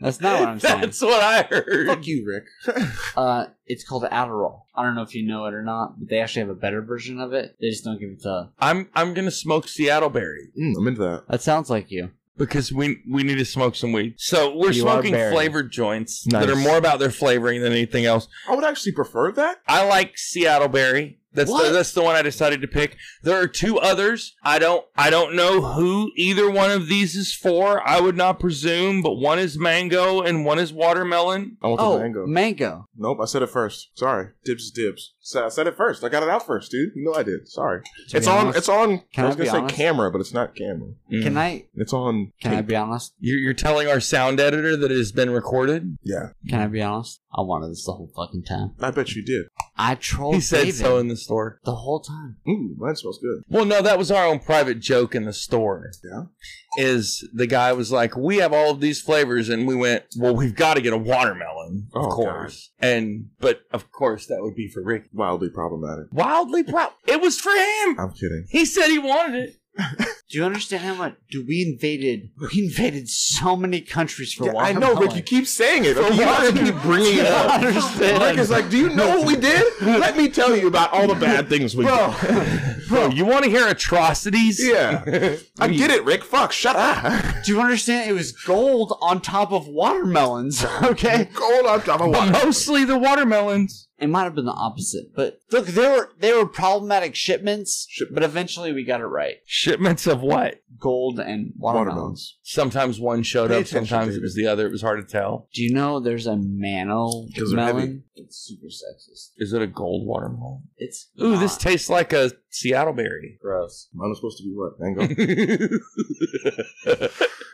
Speaker 3: that's not what I'm saying.
Speaker 5: That's what I heard.
Speaker 1: Fuck you, Rick.
Speaker 3: Uh, it's called Adderall. I don't know if you know it or not, but they actually have a better version of it. They just don't give it to.
Speaker 5: I'm I'm gonna smoke Seattle berry
Speaker 1: Mm, I'm into that.
Speaker 3: That sounds like you.
Speaker 5: because we we need to smoke some weed. So we're
Speaker 3: You are
Speaker 5: smoking
Speaker 3: berry.
Speaker 5: flavored joints
Speaker 1: Nice.
Speaker 5: that are more about their flavoring than anything else.
Speaker 1: I would actually prefer that.
Speaker 5: I like Seattle Berry. That's the,
Speaker 3: What?
Speaker 5: that's the one I decided to pick. There are two others. I don't I don't know who either one of these is for. I would not presume, but one is mango and one is watermelon.
Speaker 1: I want
Speaker 3: Oh,
Speaker 1: the mango.
Speaker 3: mango.
Speaker 1: nope, I said it first. Sorry. Dibs is dibs. So I said it first. I got it out first, dude. You know I did. Sorry.
Speaker 3: To
Speaker 1: it's
Speaker 3: be
Speaker 1: on
Speaker 3: honest-
Speaker 1: it's on
Speaker 3: Can
Speaker 1: I
Speaker 3: I
Speaker 1: was gonna
Speaker 3: be
Speaker 1: say
Speaker 3: honest?
Speaker 1: camera, but it's not camera.
Speaker 3: Can I?
Speaker 1: It's on
Speaker 3: Can I be honest?
Speaker 5: You're, you're telling our sound editor that it has been recorded.
Speaker 1: Yeah.
Speaker 3: Can I be honest? I wanted this the whole fucking time.
Speaker 1: I bet you did.
Speaker 3: I trolled
Speaker 5: he said
Speaker 3: David
Speaker 5: so in the store.
Speaker 3: the whole time.
Speaker 1: Ooh, mine smells good.
Speaker 5: Well, no, that was our own private joke in the store.
Speaker 1: Yeah.
Speaker 5: Is the guy was like, we have all of these flavors, and we went, well, we've got to get a watermelon, of
Speaker 1: Oh,
Speaker 5: course. And but of course that would be for Ricky.
Speaker 1: Wildly problematic.
Speaker 5: wildly proud. It was for him.
Speaker 1: I'm kidding.
Speaker 5: He said he wanted it.
Speaker 3: Do you understand how much? Dude, we invaded. We invaded so many countries for
Speaker 1: Yeah, I
Speaker 3: watermelon.
Speaker 1: know, Rick. You keep saying it. Okay, you have to keep bringing it
Speaker 3: I
Speaker 1: up.
Speaker 3: understand.
Speaker 1: Rick is like, do you know what we did? Let me tell you about all the bad things we did.
Speaker 5: Bro, you want to hear atrocities?
Speaker 1: Yeah. I get it, Rick. Fuck, shut up.
Speaker 3: Do you understand? It was gold on top of watermelons. Okay,
Speaker 1: Gold on top of
Speaker 5: But
Speaker 1: water.
Speaker 5: mostly the watermelons.
Speaker 3: it might have been the opposite, but look, there were there were problematic shipments, but eventually we got it right.
Speaker 5: Shipments of what?
Speaker 3: Gold and watermelons.
Speaker 1: Watermelons.
Speaker 5: Sometimes one showed
Speaker 1: Pay
Speaker 5: up,
Speaker 1: attention,
Speaker 5: sometimes it
Speaker 1: David.
Speaker 5: was the other. It was hard to tell.
Speaker 3: Do you know there's a mano
Speaker 1: 'Cause they're heavy.
Speaker 3: melon? It's super sexist.
Speaker 5: Is it a gold watermelon? Ah.
Speaker 3: It's
Speaker 5: Ooh, this
Speaker 1: Ah,
Speaker 3: not.
Speaker 5: tastes like a Seattle berry.
Speaker 3: gross.
Speaker 1: Mine was supposed to be what? Mango.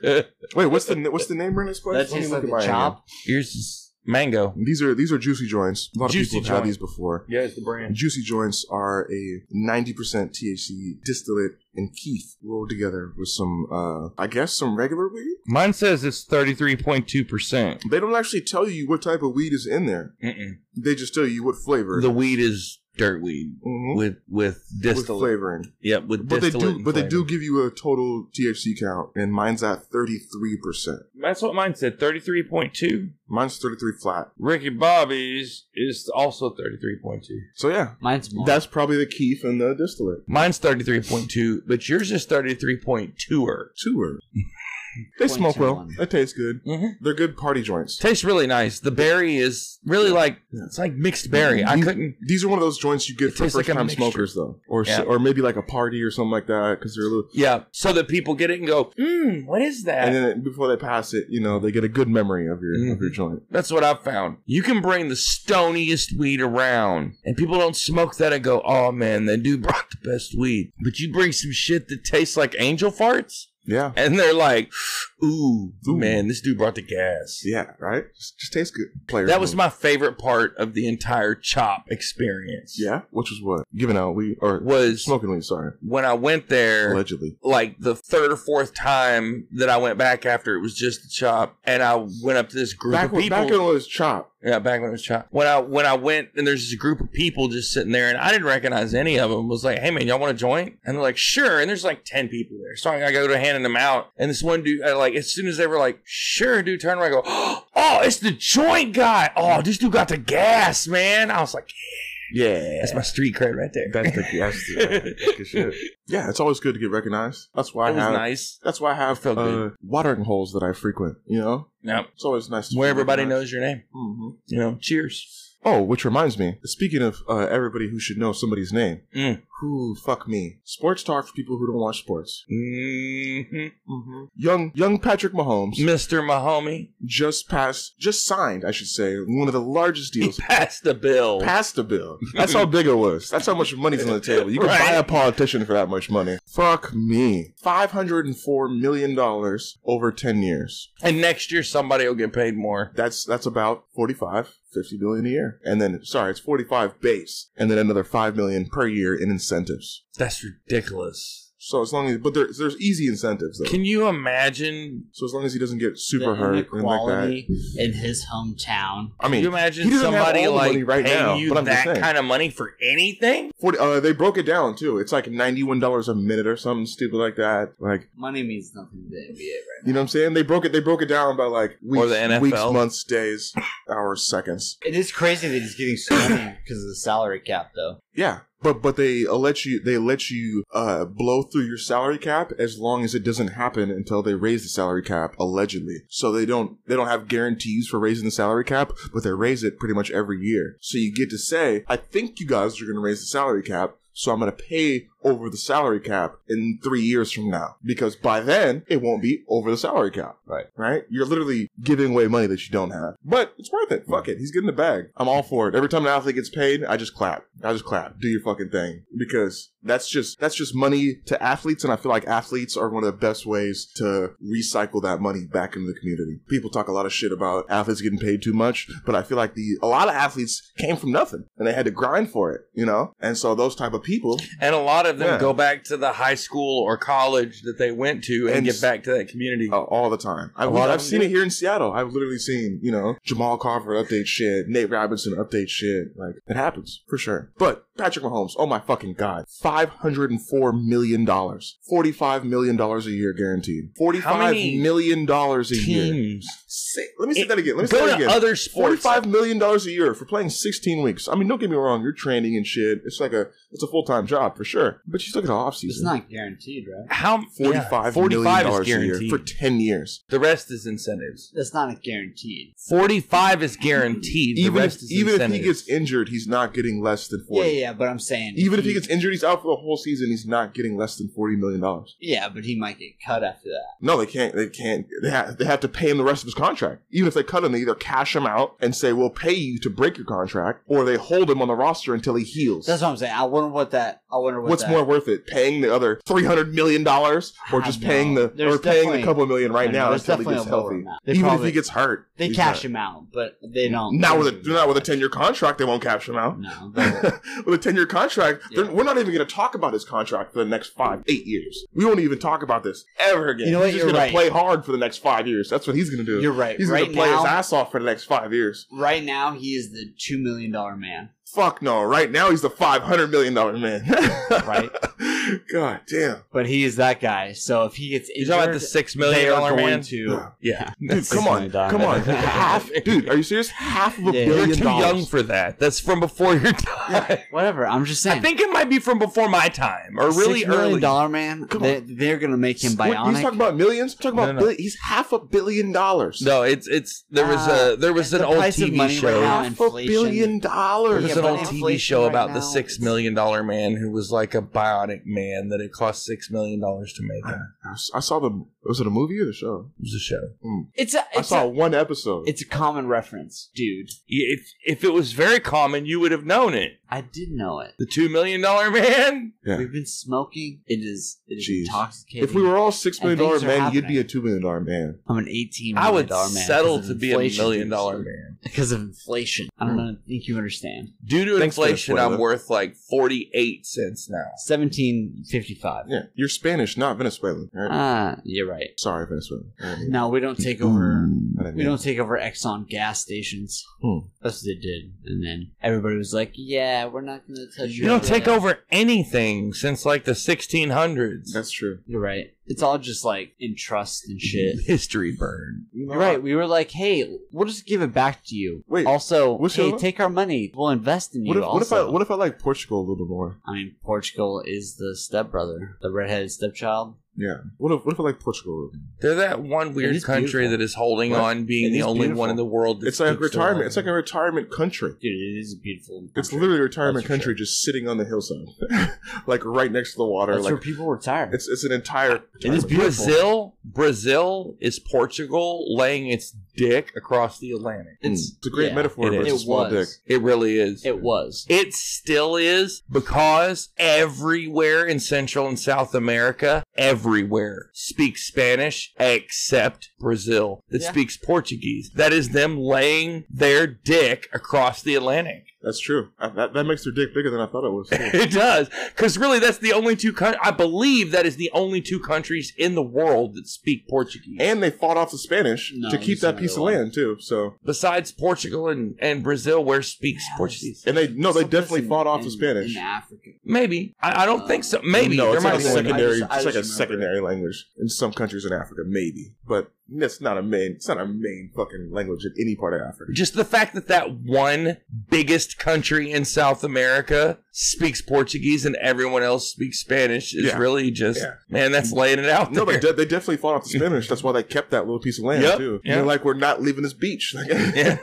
Speaker 1: Wait, what's the what's the name on this place?
Speaker 3: That tastes like a chop.
Speaker 5: Yours is mango.
Speaker 1: These are these are juicy joints. A lot
Speaker 5: Juicy
Speaker 1: of people have
Speaker 5: joint.
Speaker 1: had these before.
Speaker 5: Yeah, it's the brand.
Speaker 1: Juicy joints are a 90% THC distillate and keef rolled together with some, uh, I guess, some regular weed.
Speaker 5: Mine says it's 33.2%.
Speaker 1: They don't actually tell you what type of weed is in there.
Speaker 5: Mm-mm.
Speaker 1: They just tell you what flavor.
Speaker 5: The weed is dirt weed
Speaker 1: Mhm.
Speaker 5: with with
Speaker 1: with
Speaker 5: distillate.
Speaker 1: flavoring.
Speaker 5: Yeah, with
Speaker 1: But they
Speaker 5: distillate
Speaker 1: do,
Speaker 5: and
Speaker 1: but they do
Speaker 5: flavor.
Speaker 1: give you a total THC count, and mine's at 33%.
Speaker 5: That's what mine said. Thirty-three point two.
Speaker 1: Mine's 33 flat.
Speaker 5: Ricky Bobby's is also thirty-three point two.
Speaker 1: So yeah,
Speaker 3: Mine's more.
Speaker 1: that's probably the keef and the distillate.
Speaker 5: Mine's thirty-three point two, but yours is thirty-three point twoer.
Speaker 1: Tour. they
Speaker 3: Point
Speaker 1: smoke
Speaker 5: Oh,
Speaker 3: to
Speaker 1: well.
Speaker 3: one.
Speaker 1: They taste good.
Speaker 5: Mm-hmm.
Speaker 1: They're good party joints.
Speaker 5: Tastes really nice. The berry is really like it's like mixed berry. I
Speaker 1: You-
Speaker 5: couldn't.
Speaker 1: These are one of those joints you get
Speaker 5: It
Speaker 1: for
Speaker 5: tastes
Speaker 1: first
Speaker 5: like a
Speaker 1: time
Speaker 5: mixture.
Speaker 1: smokers, though, or
Speaker 5: Yeah.
Speaker 1: so, or maybe like a party or something like that, because they're a little.
Speaker 5: Yeah, so that people get it and go, mm, what is that?
Speaker 1: And then before they pass it, you know, they get a good memory of your of your
Speaker 5: Mm-hmm.
Speaker 1: joint.
Speaker 5: That's what I've found. You can bring the stoniest weed around, and people don't smoke that and go, oh man, that dude brought the best weed. But you bring some shit that tastes like angel farts,
Speaker 1: Yeah.
Speaker 5: and they're like, "Ooh,
Speaker 1: Ooh.
Speaker 5: man, this dude brought the gas."
Speaker 1: Yeah, right? Just, just tastes good. Player.
Speaker 5: That was
Speaker 1: vote.
Speaker 5: my favorite part of the entire chop experience.
Speaker 1: Yeah? Which was what? Giving out weed or
Speaker 5: was
Speaker 1: smoking weed, sorry.
Speaker 5: when I went there.
Speaker 1: Allegedly.
Speaker 5: like the third or fourth time that I went back after it was just the chop, and I went up to this group
Speaker 1: Back
Speaker 5: of
Speaker 1: when,
Speaker 5: people.
Speaker 1: back when it was chop.
Speaker 5: yeah, back when it was chop. When I when I went and there's this group of people just sitting there, and I didn't recognize any of them. Was like, hey man, y'all want to join? And they're like, sure. And there's like ten people there, so I go to handing them out, and this one dude, I, like as soon as they were like, sure, dude, turn around, I go, oh, it's the joint guy. Oh, this dude got the gas, man. I was like, yeah, that's my street cred right there.
Speaker 1: That's the that's the that's good shit. Yeah, it's always good to get recognized. That's why I
Speaker 5: That was
Speaker 1: have
Speaker 5: nice.
Speaker 1: that's why I have
Speaker 5: Felt
Speaker 1: uh,
Speaker 5: good.
Speaker 1: watering holes that I frequent, you know?
Speaker 5: Yep.
Speaker 1: It's always nice to
Speaker 5: Where everybody knows your name,
Speaker 1: hmm
Speaker 5: you know. Cheers.
Speaker 1: Oh, which reminds me, speaking of uh, everybody who should know somebody's name,
Speaker 5: Mm.
Speaker 1: who fuck me. Sports talk for people who don't watch sports.
Speaker 5: hmm
Speaker 1: Young young Patrick Mahomes
Speaker 5: Mr. Mahomie.
Speaker 1: just passed, just signed, I should say, one of the largest
Speaker 5: He
Speaker 1: deals.
Speaker 5: passed the bill.
Speaker 1: Passed the bill. That's how big it was. That's how much money's on the table. You can
Speaker 5: Right.
Speaker 1: buy a politician for that much money. Fuck me. Five hundred and four million dollars over ten years.
Speaker 5: and next year somebody will get paid more.
Speaker 1: That's that's about 45, 50 billion a year. And then sorry, it's forty five base, and then another five million per year in incentives.
Speaker 5: That's ridiculous.
Speaker 1: So as long as, but there's there's easy incentives though.
Speaker 5: Can you imagine?
Speaker 1: so as long as he doesn't get
Speaker 3: The
Speaker 1: super hurt and like that.
Speaker 3: inequality in his hometown.
Speaker 1: I
Speaker 5: Can you
Speaker 1: mean,
Speaker 5: imagine
Speaker 1: he doesn't have
Speaker 5: somebody
Speaker 1: all the
Speaker 5: like
Speaker 1: money right
Speaker 5: paying
Speaker 1: now,
Speaker 5: you
Speaker 1: but I'm just
Speaker 5: that
Speaker 1: saying.
Speaker 5: kind of money for anything?
Speaker 1: 40, uh, they broke it down too. It's like ninety one dollars a minute or something stupid like that. Like
Speaker 3: Money means nothing to the NBA right
Speaker 1: you know what I'm saying? They broke it. They broke it down by like weeks,
Speaker 5: Or the NFL.
Speaker 1: weeks, months, days, hours, seconds.
Speaker 3: It is crazy that he's getting so many because of the salary cap, though.
Speaker 1: Yeah, but but they uh, let you they let you uh, blow through your salary cap as long as it doesn't happen until they raise the salary cap allegedly. So they don't they don't have guarantees for raising the salary cap, but they raise it pretty much every year. So you get to say, I think you guys are going to raise the salary cap. So I'm going to pay over the salary cap in three years from now because by then it won't be over the salary cap.
Speaker 3: Right.
Speaker 1: Right. You're literally giving away money that you don't have, but it's worth it. Fuck it. He's getting the bag. I'm all for it. Every time an athlete gets paid, I just clap. I just clap. Do your fucking thing because that's just, that's just money to athletes. And I feel like athletes are one of the best ways to recycle that money back into the community. People talk a lot of shit about athletes getting paid too much, but I feel like the, a lot of athletes came from nothing and they had to grind for it, you know? And so those type of people
Speaker 5: And a lot of them
Speaker 1: Yeah.
Speaker 5: go back to the high school or college that they went to and,
Speaker 1: And
Speaker 5: get
Speaker 1: s-
Speaker 5: back to that community.
Speaker 1: Uh, all the time. I,
Speaker 5: A lot of
Speaker 1: I've
Speaker 5: them
Speaker 1: seen
Speaker 5: do.
Speaker 1: it here in Seattle. I've literally seen, you know, Jamal Carver update shit, Nate Robinson update shit. Like, it happens for sure. But Patrick Mahomes, oh my fucking God. $504 million. $45 million a year guaranteed. $45
Speaker 5: many
Speaker 1: million dollars a year.
Speaker 5: Teams
Speaker 1: Say- Let me say
Speaker 5: It-
Speaker 1: that again. Let me say
Speaker 5: go
Speaker 1: that
Speaker 5: to
Speaker 1: again.
Speaker 5: other sports.
Speaker 1: Forty-five million dollars a year for playing sixteen weeks. I mean, don't get me wrong. You're training and shit. It's like a it's a full time job for sure. But you still get an off
Speaker 3: It's
Speaker 1: season.
Speaker 3: not guaranteed, right?
Speaker 5: How
Speaker 1: Forty-five
Speaker 5: yeah,
Speaker 1: million
Speaker 5: 45
Speaker 1: dollars
Speaker 5: is
Speaker 1: a year
Speaker 5: guaranteed.
Speaker 1: for ten years.
Speaker 5: the rest is incentives.
Speaker 3: That's not a guaranteed.
Speaker 5: Forty-five is guaranteed. the
Speaker 1: even
Speaker 5: rest
Speaker 1: if,
Speaker 5: is
Speaker 1: even if he
Speaker 5: incentives.
Speaker 1: gets injured, he's not getting less than
Speaker 3: Yeah,
Speaker 1: forty.
Speaker 3: yeah, but I'm saying
Speaker 1: Even if he gets injured, he's out for the whole season. He's not getting less than forty million dollars.
Speaker 3: yeah, but he might get cut after that.
Speaker 1: No, they can't. They can't. They, ha- they have to pay him the rest of his contract. Even if they cut him, they either cash him out and say we'll pay you to break your contract, or they hold him on the roster until he heals.
Speaker 3: That's what I'm saying. I wonder what that. I wonder what
Speaker 1: What's
Speaker 3: that-
Speaker 1: more worth it, paying the other three hundred million dollars, or
Speaker 3: I
Speaker 1: just
Speaker 3: know.
Speaker 1: paying the
Speaker 3: Ah, There's
Speaker 1: or paying
Speaker 3: definitely-
Speaker 1: the couple million
Speaker 3: I
Speaker 1: right
Speaker 3: don't
Speaker 1: now
Speaker 3: know, there's
Speaker 1: until he
Speaker 3: definitely
Speaker 1: gets
Speaker 3: a lower
Speaker 1: healthy?
Speaker 3: amount. They
Speaker 1: Even
Speaker 3: probably-
Speaker 1: if he gets hurt,
Speaker 3: They
Speaker 1: he's
Speaker 3: cash
Speaker 1: not-
Speaker 3: him out, but they don't.
Speaker 1: Not with
Speaker 3: they
Speaker 1: a
Speaker 3: don't
Speaker 1: not with a
Speaker 3: do that.
Speaker 1: ten year contract, they won't cash him out.
Speaker 3: No, they-
Speaker 1: with a 10 year contract, they're-
Speaker 3: Yeah.
Speaker 1: we're not even going to talk about his contract for the next five, eight years. We won't even talk about this ever again.
Speaker 3: You know what?
Speaker 1: He's just
Speaker 3: You're
Speaker 1: gonna
Speaker 3: right.
Speaker 1: play hard for the next five years. That's what he's going to do.
Speaker 3: you're right.
Speaker 1: he's
Speaker 3: right
Speaker 1: going to play
Speaker 3: now,
Speaker 1: his ass off for the next five years.
Speaker 3: right now he is the two million dollar man.
Speaker 1: Fuck no. Right now, he's the $500 million man.
Speaker 3: Right.
Speaker 1: God damn.
Speaker 3: But he is that guy. So if he gets
Speaker 5: You
Speaker 3: injured,
Speaker 5: talking about the six
Speaker 3: they
Speaker 5: million
Speaker 3: are
Speaker 5: dollar
Speaker 3: going
Speaker 5: man?
Speaker 3: to.
Speaker 5: Yeah,
Speaker 1: Dude, come on. Come on. Half, dude, are you serious? Half of a
Speaker 3: Yeah. You're
Speaker 1: billion
Speaker 5: You're too
Speaker 1: dollars.
Speaker 5: young for that. That's from before your time.
Speaker 3: Whatever. I'm just saying.
Speaker 5: I think it might be from before my time, or really
Speaker 3: Six million
Speaker 5: early.
Speaker 3: dollar man.
Speaker 1: Come
Speaker 3: They, they're gonna make him
Speaker 1: What,
Speaker 3: bionic.
Speaker 1: he's talking about millions. I'm talking about
Speaker 5: No, no, no.
Speaker 1: billi- he's half a billion dollars.
Speaker 5: No, it's it's there was a there was
Speaker 3: Uh,
Speaker 5: an
Speaker 3: the
Speaker 5: old
Speaker 3: price of
Speaker 5: TV
Speaker 3: money
Speaker 5: show.
Speaker 3: right now-
Speaker 1: half a
Speaker 3: inflation.
Speaker 1: billion
Speaker 5: there
Speaker 1: dollars.
Speaker 5: was
Speaker 3: Yeah,
Speaker 5: an
Speaker 3: but
Speaker 5: old TV
Speaker 3: inflation
Speaker 5: show
Speaker 3: right
Speaker 5: about
Speaker 3: now,
Speaker 5: the six
Speaker 3: it's-
Speaker 5: million dollar man who was like a bionic man that it cost six million dollars to make him.
Speaker 1: I s- I saw the Was it a movie or the show?
Speaker 5: It was a show.
Speaker 3: It's a
Speaker 1: I
Speaker 3: it's,
Speaker 1: saw
Speaker 3: a,
Speaker 1: one episode.
Speaker 3: it's a common reference, dude.
Speaker 5: If if it was very common, you would have known it.
Speaker 3: I did know it.
Speaker 5: The two million dollar man.
Speaker 1: Yeah.
Speaker 3: We've been smoking. It is it is
Speaker 1: Jeez.
Speaker 3: intoxicating.
Speaker 1: if we were all six
Speaker 3: And
Speaker 1: million dollar
Speaker 3: things are
Speaker 1: man, you'd be
Speaker 3: happening.
Speaker 1: a two million dollar man.
Speaker 3: I'm an eighteen.
Speaker 5: I would
Speaker 3: dollar man
Speaker 5: settle
Speaker 3: because
Speaker 5: to
Speaker 3: of
Speaker 5: be a
Speaker 3: inflation,
Speaker 5: million
Speaker 3: dude.
Speaker 5: dollar man.
Speaker 3: because of inflation. I don't know, think you understand.
Speaker 5: Due to
Speaker 1: Thanks for the
Speaker 5: inflation, I'm
Speaker 1: spoiler.
Speaker 5: worth like forty eight cents now.
Speaker 3: Seventeen fifty five.
Speaker 1: Yeah, you're Spanish, not Venezuelan. Right?
Speaker 3: Ah, you're right.
Speaker 1: Sorry, Venezuela. I didn't mean-
Speaker 3: No, we don't take over.
Speaker 1: I didn't
Speaker 3: We
Speaker 1: mean-
Speaker 3: don't take over Exxon gas stations.
Speaker 1: Hmm.
Speaker 3: That's what they did, and then everybody was like, "Yeah, we're not going to touch."
Speaker 5: You don't
Speaker 3: that."
Speaker 5: take over anything since like the 1600s.
Speaker 1: That's true.
Speaker 3: You're right. It's all just like in trust and shit.
Speaker 5: History burn.
Speaker 3: You're right. We were like, "Hey, we'll just give it back to you."
Speaker 1: Wait,
Speaker 3: also,
Speaker 1: what's
Speaker 3: hey,
Speaker 1: your-
Speaker 3: take our money. We'll invest in you.
Speaker 1: What if, what if I
Speaker 3: also.
Speaker 1: what if I like Portugal a little bit more?
Speaker 3: I mean, Portugal is the stepbrother, the redheaded stepchild.
Speaker 1: Yeah. What if what if I like Portugal? A little bit more?
Speaker 5: They're that one weird
Speaker 3: is
Speaker 5: country
Speaker 3: beautiful.
Speaker 5: that is holding
Speaker 1: What?
Speaker 5: on, being
Speaker 1: It
Speaker 5: the
Speaker 1: is
Speaker 5: only
Speaker 1: beautiful.
Speaker 5: one in the world. that
Speaker 1: It's like a
Speaker 5: keeps still
Speaker 1: retirement.
Speaker 5: alive.
Speaker 1: It's like a retirement country.
Speaker 3: Dude, it is a beautiful.
Speaker 1: It's
Speaker 3: country.
Speaker 1: literally a retirement
Speaker 3: That's for
Speaker 1: country, just sitting on the hillside, like right next to the water.
Speaker 3: That's where
Speaker 1: like
Speaker 3: people retire.
Speaker 1: it's it's an entire.
Speaker 3: It is beautiful.
Speaker 5: Brazil. Brazil is Portugal laying its dick across the Atlantic.
Speaker 3: It's-
Speaker 1: It's a great
Speaker 3: yeah,
Speaker 1: metaphor
Speaker 5: it
Speaker 1: for
Speaker 5: is.
Speaker 1: a
Speaker 3: It
Speaker 1: small dick.
Speaker 3: was.
Speaker 5: It really is.
Speaker 3: It was.
Speaker 5: It still is because everywhere in Central and South America, everywhere speaks Spanish except Brazil that
Speaker 3: Yeah.
Speaker 5: speaks Portuguese. That is them laying their dick across the Atlantic.
Speaker 1: That's true. I, that, that makes their dick bigger than I thought it was. too.
Speaker 5: It does. Because really, that's the only two countries, I believe that is the only two countries in the world that speak Portuguese.
Speaker 1: and they fought off the Spanish
Speaker 3: No,
Speaker 1: to
Speaker 3: there's
Speaker 1: keep that piece of
Speaker 3: another one.
Speaker 1: land too. So
Speaker 5: Besides Portugal and, and Brazil, where speaks Portuguese?
Speaker 1: and they no, they
Speaker 3: Someplace
Speaker 1: definitely
Speaker 3: in-
Speaker 1: fought off
Speaker 3: in-
Speaker 1: the Spanish.
Speaker 3: In Africa.
Speaker 5: Maybe. I, I don't think so. Maybe.
Speaker 1: No,
Speaker 5: there
Speaker 1: it's
Speaker 5: might
Speaker 1: like a
Speaker 5: be one.
Speaker 1: secondary.
Speaker 3: I
Speaker 1: it's
Speaker 3: just-
Speaker 1: like
Speaker 3: I
Speaker 1: a
Speaker 3: just
Speaker 1: secondary language in some countries in Africa, maybe, but that's not a main. It's not a main fucking language in any part of Africa.
Speaker 5: just the fact that that one biggest country in South America speaks Portuguese and everyone else speaks Spanish is
Speaker 1: Yeah.
Speaker 5: really just
Speaker 1: Yeah.
Speaker 5: man. That's laying it out
Speaker 1: No,
Speaker 5: there.
Speaker 1: they, de- they definitely fought off the Spanish. That's why they kept that little piece of land
Speaker 5: Yep,
Speaker 1: too. And
Speaker 5: yeah.
Speaker 1: They're like, we're not leaving this beach. Like,
Speaker 5: Yeah.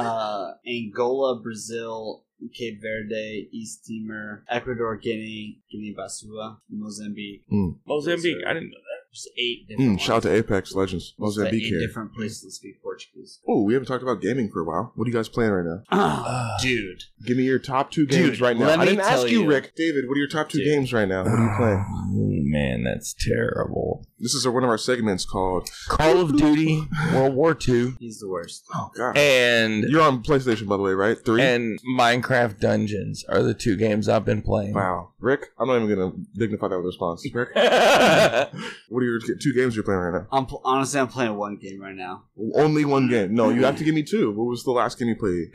Speaker 3: Uh, Angola, Brazil, Cape Verde, East Timor, Ecuador, Guinea, Guinea Bissau, Mozambique.
Speaker 5: Mozambique. I didn't know
Speaker 3: There's eight different.
Speaker 1: Mm, shout out to Apex Legends,
Speaker 3: ones, but
Speaker 1: Mozambique.
Speaker 3: Eight
Speaker 1: here.
Speaker 3: different places that speak Portuguese.
Speaker 1: Oh, we haven't talked about gaming for a while. What are you guys playing right now?
Speaker 3: Ah, dude,
Speaker 1: Give me your top two games
Speaker 3: Dude,
Speaker 1: right now.
Speaker 3: let
Speaker 1: I
Speaker 3: me
Speaker 1: didn't ask
Speaker 3: tell
Speaker 1: you,
Speaker 3: you.
Speaker 1: Rick. David, what are your top two
Speaker 3: Dude.
Speaker 1: games right now?
Speaker 5: that.
Speaker 1: What are you playing?
Speaker 5: Oh, man, that's terrible.
Speaker 1: This is one of our segments called
Speaker 5: Call of Duty, World War II,
Speaker 3: he's the worst.
Speaker 1: Oh God.
Speaker 5: and
Speaker 1: You're on PlayStation, by the way, right? Three.
Speaker 5: and Minecraft Dungeons are the two games I've been playing.
Speaker 1: wow, Rick. I'm not even gonna dignify that with a response. Rick, what are your two games you're playing right now?
Speaker 3: I'm pl- honestly, I'm playing one game right now.
Speaker 1: Only one game. No, you have to give me two. What was the last game you played?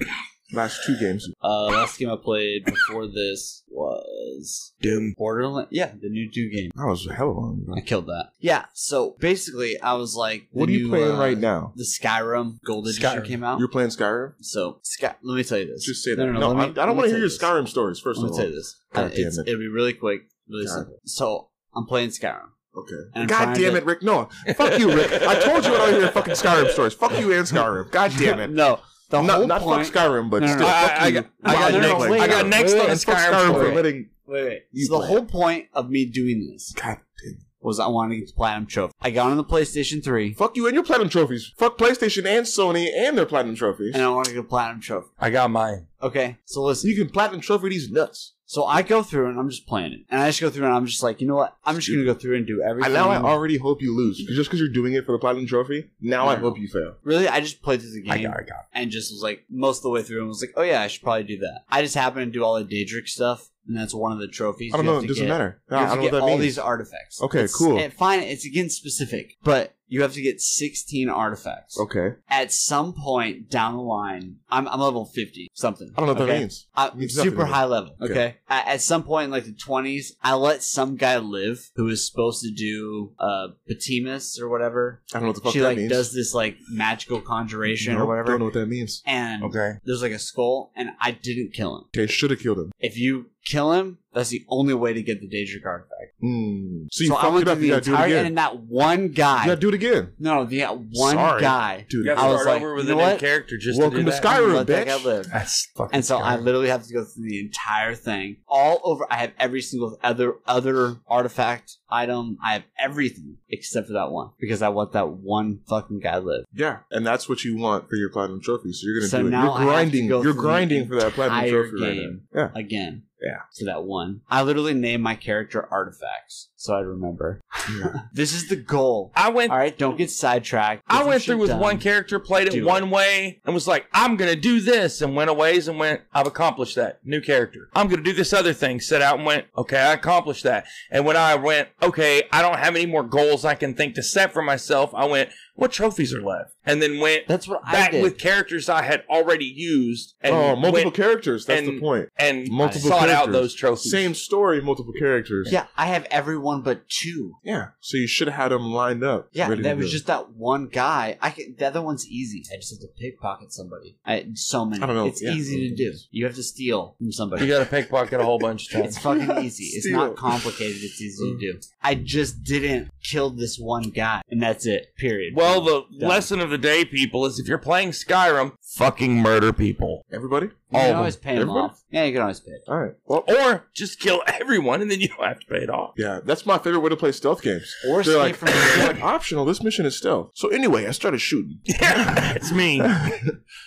Speaker 1: Last two games.
Speaker 3: Uh, last game I played before this was
Speaker 5: Doom.
Speaker 3: Borderlands. Yeah, the new Doom game.
Speaker 1: That was a hell of a long.
Speaker 3: I
Speaker 1: Time.
Speaker 3: killed that. Yeah. So basically, I was like, the
Speaker 1: What are you
Speaker 3: new,
Speaker 1: playing
Speaker 3: uh,
Speaker 1: right now?
Speaker 3: The Skyrim Gold Edition
Speaker 5: Skyrim.
Speaker 3: came out.
Speaker 1: You're playing Skyrim.
Speaker 3: So, Sky, let me tell you this.
Speaker 1: Just say that.
Speaker 3: No, no,
Speaker 1: No,
Speaker 3: no,
Speaker 1: I,
Speaker 3: let me-
Speaker 1: I don't
Speaker 3: let
Speaker 1: want
Speaker 3: me
Speaker 1: to hear
Speaker 3: tell
Speaker 1: your
Speaker 3: you this.
Speaker 1: Skyrim stories. First
Speaker 3: Let me
Speaker 1: of all,
Speaker 3: tell you this.
Speaker 1: God
Speaker 3: Uh, it's-
Speaker 1: damn it.
Speaker 3: It'll be really quick, really
Speaker 1: God.
Speaker 3: simple. So, I'm playing Skyrim.
Speaker 1: okay.
Speaker 3: And I'm
Speaker 1: God
Speaker 3: trying
Speaker 1: damn
Speaker 3: to-
Speaker 1: it, Rick. No, fuck you, Rick. I told you I don't hear fucking Skyrim stories. Fuck you and Skyrim. God damn it.
Speaker 3: no, the
Speaker 1: not
Speaker 3: whole
Speaker 1: not
Speaker 3: point.
Speaker 1: fuck Skyrim, but
Speaker 3: No, no,
Speaker 1: still.
Speaker 3: no.
Speaker 1: fuck
Speaker 5: I- I
Speaker 1: you.
Speaker 5: got- I got
Speaker 1: Wow,
Speaker 3: next-
Speaker 1: Rick,
Speaker 3: I got
Speaker 5: next on
Speaker 1: and fuck
Speaker 5: Skyrim for
Speaker 1: for
Speaker 5: it.
Speaker 1: letting.
Speaker 3: wait, wait.
Speaker 1: You
Speaker 3: So the
Speaker 1: play
Speaker 3: whole point of me doing this
Speaker 1: God damn.
Speaker 3: was I wanted to get the platinum trophy. I got on the PlayStation 3,
Speaker 1: Fuck you and your platinum trophies. Fuck PlayStation and Sony and their platinum trophies.
Speaker 3: and I wanted to get a platinum trophy.
Speaker 5: I got mine.
Speaker 3: Okay, so listen.
Speaker 1: you can platinum trophy these nuts.
Speaker 3: So I go through and I'm just playing it, and I just go through and I'm just like, you know what? I'm just gonna go through and do
Speaker 1: And
Speaker 3: everything.
Speaker 1: now I already hope you lose just because you're doing it for the platinum trophy. Now I
Speaker 3: No.
Speaker 1: hope you fail.
Speaker 3: really, I just played through the
Speaker 5: I
Speaker 3: game.
Speaker 5: got. I got.
Speaker 3: and just was like most of the way through and was like, oh yeah, I should probably do that. I just happened to do all the Daedric stuff, and that's one of the trophies.
Speaker 1: I don't
Speaker 3: you
Speaker 1: know.
Speaker 3: have
Speaker 1: It
Speaker 3: to
Speaker 1: doesn't
Speaker 3: get.
Speaker 1: matter.
Speaker 3: You
Speaker 1: I
Speaker 3: have to
Speaker 1: don't know
Speaker 3: get
Speaker 1: what that
Speaker 3: all
Speaker 1: means.
Speaker 3: these artifacts.
Speaker 1: Okay,
Speaker 3: It's-
Speaker 1: cool.
Speaker 3: and fine, it's again specific, but you have to get 16 artifacts.
Speaker 1: Ah, okay.
Speaker 3: At some point down the line, I'm, I'm level 50 something.
Speaker 1: I don't know what
Speaker 3: okay?
Speaker 1: that means.
Speaker 3: I,
Speaker 1: Means
Speaker 3: Uh,
Speaker 1: nothing
Speaker 3: super
Speaker 1: to me.
Speaker 3: high level.
Speaker 1: Okay.
Speaker 3: Okay. At, at some point in like the twenties, I let some guy live who is supposed to do uh Batimus or whatever.
Speaker 1: I don't know what the fuck
Speaker 3: she
Speaker 1: that
Speaker 3: like
Speaker 1: means.
Speaker 3: does this like magical conjuration or
Speaker 1: Nope,
Speaker 3: whatever.
Speaker 1: Don't know what that means.
Speaker 3: And
Speaker 5: Okay.
Speaker 3: there's like a skull, and I didn't kill him.
Speaker 1: Okay, should have killed him.
Speaker 3: If you kill him, That's the only way to get the Danger Guard back.
Speaker 1: Mm.
Speaker 3: So,
Speaker 1: So you
Speaker 3: I
Speaker 1: fucked
Speaker 3: went
Speaker 1: it
Speaker 3: through
Speaker 1: up. You
Speaker 3: the
Speaker 1: gotta do it
Speaker 3: entire
Speaker 1: again.
Speaker 3: and not one guy.
Speaker 1: You gotta do it again.
Speaker 3: no, the one
Speaker 1: Sorry.
Speaker 3: guy.
Speaker 1: Dude,
Speaker 5: You have to
Speaker 3: I was
Speaker 5: start
Speaker 3: like,
Speaker 5: over with
Speaker 3: you
Speaker 5: a
Speaker 3: know
Speaker 5: new
Speaker 3: what?
Speaker 5: character just
Speaker 1: welcome
Speaker 5: to,
Speaker 1: to
Speaker 5: do that.
Speaker 1: Skyrim,
Speaker 3: Let that guy
Speaker 1: bitch.
Speaker 3: live.
Speaker 5: That's fucking
Speaker 3: And so I
Speaker 5: Skyrim.
Speaker 3: literally have to go through the entire thing all over. I have every single other other artifact item. I have everything except for that one because I want that one fucking guy to live.
Speaker 1: Yeah, and that's what you want for your platinum trophy. So you're gonna
Speaker 3: So
Speaker 1: do it.
Speaker 3: now I
Speaker 1: You're
Speaker 3: have to
Speaker 1: grinding.
Speaker 3: go
Speaker 1: You're
Speaker 3: through
Speaker 1: grinding
Speaker 3: the
Speaker 1: for that platinum
Speaker 3: entire
Speaker 1: trophy right
Speaker 3: game.
Speaker 1: now. Yeah.
Speaker 3: again.
Speaker 1: Yeah.
Speaker 3: So that one. I literally named my character Artifacts, so I remember. this is the goal.
Speaker 5: I went.
Speaker 3: All right, don't get sidetracked.
Speaker 5: I
Speaker 3: Get your
Speaker 5: went
Speaker 3: shit
Speaker 5: through with
Speaker 3: done.
Speaker 5: one character, played it
Speaker 3: Do
Speaker 5: one way, and was like, I'm going to do this, and went a ways and went, I've accomplished that. New character. I'm going to do this other thing. Set out and went, okay, I accomplished that. And when I went, okay, I don't have any more goals I can think to set for myself, I went, what trophies are left? And then went
Speaker 3: That's what I
Speaker 5: back
Speaker 3: did.
Speaker 5: with characters I had already used and
Speaker 1: oh, multiple
Speaker 5: went
Speaker 1: characters. That's the
Speaker 5: and-
Speaker 1: point.
Speaker 5: and
Speaker 1: multiple
Speaker 5: sought out
Speaker 1: characters.
Speaker 5: those trophies.
Speaker 1: Same story, multiple characters.
Speaker 3: yeah, I have everyone but two.
Speaker 1: Yeah. So you should have had them lined up.
Speaker 3: Yeah,
Speaker 1: ready to
Speaker 3: that was
Speaker 1: go.
Speaker 3: just that one guy. I can, the other one's easy. I just have to pickpocket somebody. I, so many.
Speaker 1: I don't know,
Speaker 3: It's
Speaker 1: yeah.
Speaker 3: easy to do. You have to steal from somebody.
Speaker 5: You got to pickpocket a whole bunch of
Speaker 3: It's
Speaker 5: times.
Speaker 3: fucking easy. It's
Speaker 1: Steal.
Speaker 3: not complicated. It's easy to do. I just didn't kill this one guy, and that's it. Period.
Speaker 5: Well, the
Speaker 3: Done.
Speaker 5: lesson of the day, people, is if you're playing Skyrim, fucking murder people.
Speaker 1: everybody.
Speaker 3: you
Speaker 5: all
Speaker 3: can
Speaker 5: of
Speaker 3: always pay him
Speaker 1: Everybody?
Speaker 3: off. Yeah, you can always pay.
Speaker 1: All right. Well,
Speaker 5: Or just kill everyone and then you don't have to pay it off.
Speaker 1: yeah, that's my favorite way to play stealth games.
Speaker 3: Or
Speaker 1: They're
Speaker 3: escape
Speaker 1: like,
Speaker 3: from the
Speaker 1: They're like optional. This mission is stealth. So anyway, I started shooting.
Speaker 5: Yeah, it's me.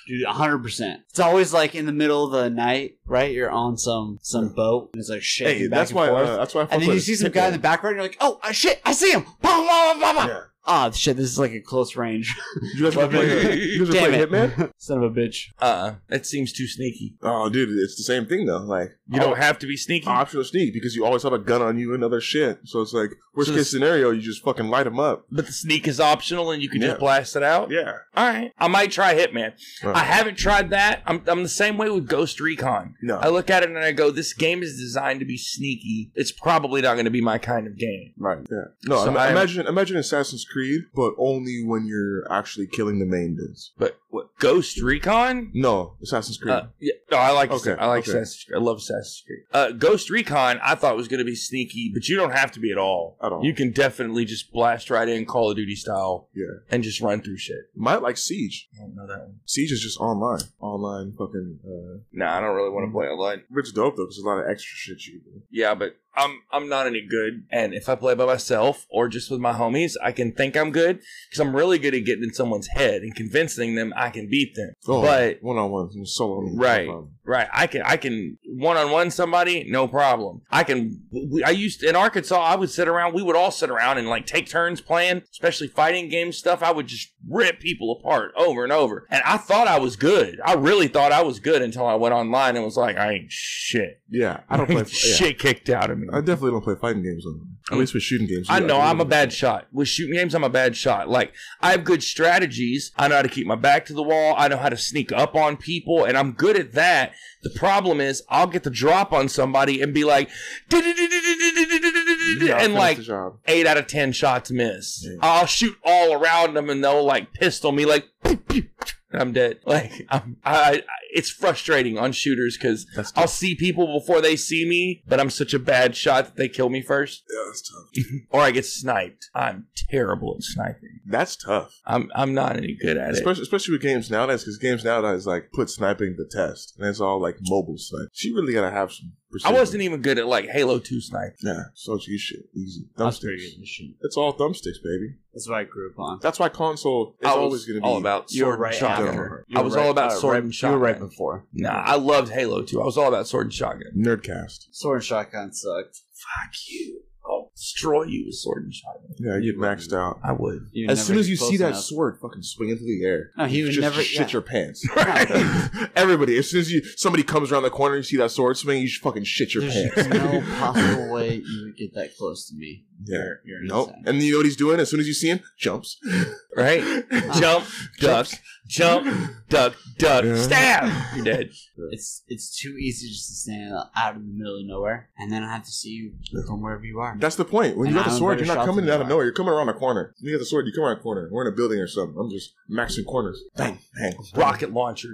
Speaker 3: Dude, hundred percent. It's always like in the middle of the night, right? You're on some some boat, and it's like shaking
Speaker 1: Hey,
Speaker 3: back
Speaker 1: that's
Speaker 3: and
Speaker 1: why.
Speaker 3: forth.
Speaker 1: Uh, that's why. I
Speaker 3: and then you see some guy in the background, and you're like, "Oh uh, shit, I see him!" Bah, bah, bah, bah, bah.
Speaker 1: Yeah.
Speaker 3: Ah, shit, this is like a close range.
Speaker 1: You guys want to play? You guys
Speaker 3: Damn
Speaker 1: wanna
Speaker 3: it,
Speaker 1: play Hitman?
Speaker 3: Son of a bitch.
Speaker 5: Uh, that seems too sneaky.
Speaker 1: Oh, dude, it's the same thing though. Like
Speaker 5: You don't have to be sneaky.
Speaker 1: optional sneak because you always have a gun on you and other shit. So it's like worst
Speaker 5: So
Speaker 1: case scenario, you just fucking light them up.
Speaker 5: but the sneak is optional and you can
Speaker 1: Yeah.
Speaker 5: just blast it out.
Speaker 1: Yeah.
Speaker 5: All right. I might try Hitman.
Speaker 1: All right.
Speaker 5: I haven't tried that. I'm, I'm the same way with Ghost Recon.
Speaker 1: No.
Speaker 5: I look at it and I go, this game is designed to be sneaky. It's probably not going to be my kind of game.
Speaker 1: Right. Yeah. No.
Speaker 5: So
Speaker 1: im-
Speaker 5: I'm-
Speaker 1: imagine imagine Assassin's Creed, but only when you're actually killing the main dudes.
Speaker 5: But what, Ghost Recon?
Speaker 1: No, Assassin's Creed.
Speaker 5: Uh, yeah, no, I like
Speaker 1: Okay,
Speaker 5: I like
Speaker 1: okay.
Speaker 5: Assassin's Creed. I love Assassin's Creed. Uh, Ghost Recon, I thought was going to be sneaky, but you don't have to be at all.
Speaker 1: At all.
Speaker 5: You can definitely just blast right in Call of Duty style,
Speaker 1: Yeah.
Speaker 5: and just run through shit.
Speaker 1: Might like Siege.
Speaker 5: I don't know that one.
Speaker 1: Siege is just online, online fucking. Uh,
Speaker 5: Nah, I don't really want to play online.
Speaker 1: it's dope though, because there's a lot of extra shit you can do.
Speaker 5: Yeah, but I'm I'm not any good. And if I play by myself or just with my homies, I can think I'm good because I'm really good at getting in someone's head and convincing them I can beat them. but
Speaker 1: one on one, Oh, solo, no
Speaker 5: Right.
Speaker 1: problem.
Speaker 5: Right. I can I can one on one somebody, no problem. I can we- I used in Arkansas, I would sit around, we would all sit around and like take turns playing, especially fighting game stuff. I would just rip people apart over and over. And I thought I was good. I really thought I was good until I went online and was like, I ain't shit.
Speaker 1: Yeah, I don't play. yeah.
Speaker 5: shit kicked out of me.
Speaker 1: I definitely don't play fighting games. On at least with shooting games.
Speaker 5: I
Speaker 1: yeah,
Speaker 5: know
Speaker 1: can
Speaker 5: I'm a
Speaker 1: really-
Speaker 5: bad shot. With shooting games, I'm a bad shot. Like I have good strategies. I know how to keep my back to the wall. I know how to sneak up on people, and I'm good at that. The problem is, I'll get the drop on somebody and be like,
Speaker 1: Yeah, I'll
Speaker 5: and
Speaker 1: finish
Speaker 5: like
Speaker 1: the job.
Speaker 5: eight out of ten shots miss.
Speaker 1: Yeah.
Speaker 5: I'll shoot all around them, and they'll like pistol me like. I'm dead. Like I'm, I, I, it's frustrating on shooters because
Speaker 1: That's tough.
Speaker 5: I'll see people before they see me, but I'm such a bad shot that they kill me first
Speaker 1: Yeah, that's tough.
Speaker 5: or I get sniped. I'm terrible at sniping.
Speaker 1: That's tough.
Speaker 5: I'm I'm not any good at it.
Speaker 1: especially, especially with games nowadays, because games nowadays like put sniping to test, and it's all like mobile snipe. She really gotta have some.
Speaker 5: I
Speaker 1: Precision.
Speaker 5: wasn't even good at like Halo 2 snipe.
Speaker 1: Yeah, so it's easy shit, easy
Speaker 3: I was pretty
Speaker 1: thumbsticks.
Speaker 3: good at shooting.
Speaker 1: It's all thumbsticks, baby.
Speaker 3: That's what I grew up on.
Speaker 1: That's why console is
Speaker 5: I was
Speaker 1: always gonna be
Speaker 5: all about
Speaker 3: You were
Speaker 5: sword and
Speaker 3: right
Speaker 5: shotgun.
Speaker 3: after.
Speaker 5: I was all about sword and
Speaker 3: You
Speaker 5: shotgun.
Speaker 3: were right before.
Speaker 5: Nah, I loved Halo 2. I was all about sword and shotgun.
Speaker 1: nerdcast.
Speaker 3: Sword and shotgun sucked.
Speaker 5: Fuck you. I'll destroy you with sword and shotgun.
Speaker 1: Yeah, you get maxed out
Speaker 5: I would.
Speaker 3: You
Speaker 1: as
Speaker 3: never
Speaker 1: soon as
Speaker 3: get
Speaker 1: you
Speaker 3: close
Speaker 1: see that
Speaker 3: enough.
Speaker 1: sword fucking swing into the air.
Speaker 3: no, he
Speaker 1: you
Speaker 3: would
Speaker 1: just
Speaker 3: never.
Speaker 1: shit
Speaker 3: yeah.
Speaker 1: your pants.
Speaker 5: Right.
Speaker 1: Everybody, as soon as you somebody comes around the corner, you see that sword swing, you just fucking shit your
Speaker 3: There's
Speaker 1: pants.
Speaker 3: no possible way you would get that close to me.
Speaker 1: yeah.
Speaker 3: You're
Speaker 1: Nope.
Speaker 3: insane.
Speaker 1: And you know what he's doing? As soon as you see him, jumps.
Speaker 5: right? Jump, duck, jump, duck, duck,
Speaker 1: Yeah.
Speaker 5: stab. You're dead.
Speaker 3: It's it's too easy just to stand out in the middle of nowhere, and then I have to see you from wherever you are.
Speaker 1: That's the point. When you
Speaker 3: And
Speaker 1: got the
Speaker 3: I'm
Speaker 1: sword,
Speaker 3: better
Speaker 1: you're not
Speaker 3: shot
Speaker 1: coming
Speaker 3: than
Speaker 1: out of
Speaker 3: you are.
Speaker 1: nowhere. You're coming around a corner. You got the sword, you come around a corner. We're in a building or something. I'm just maxing corners. Bang, bang.
Speaker 5: Rocket launcher.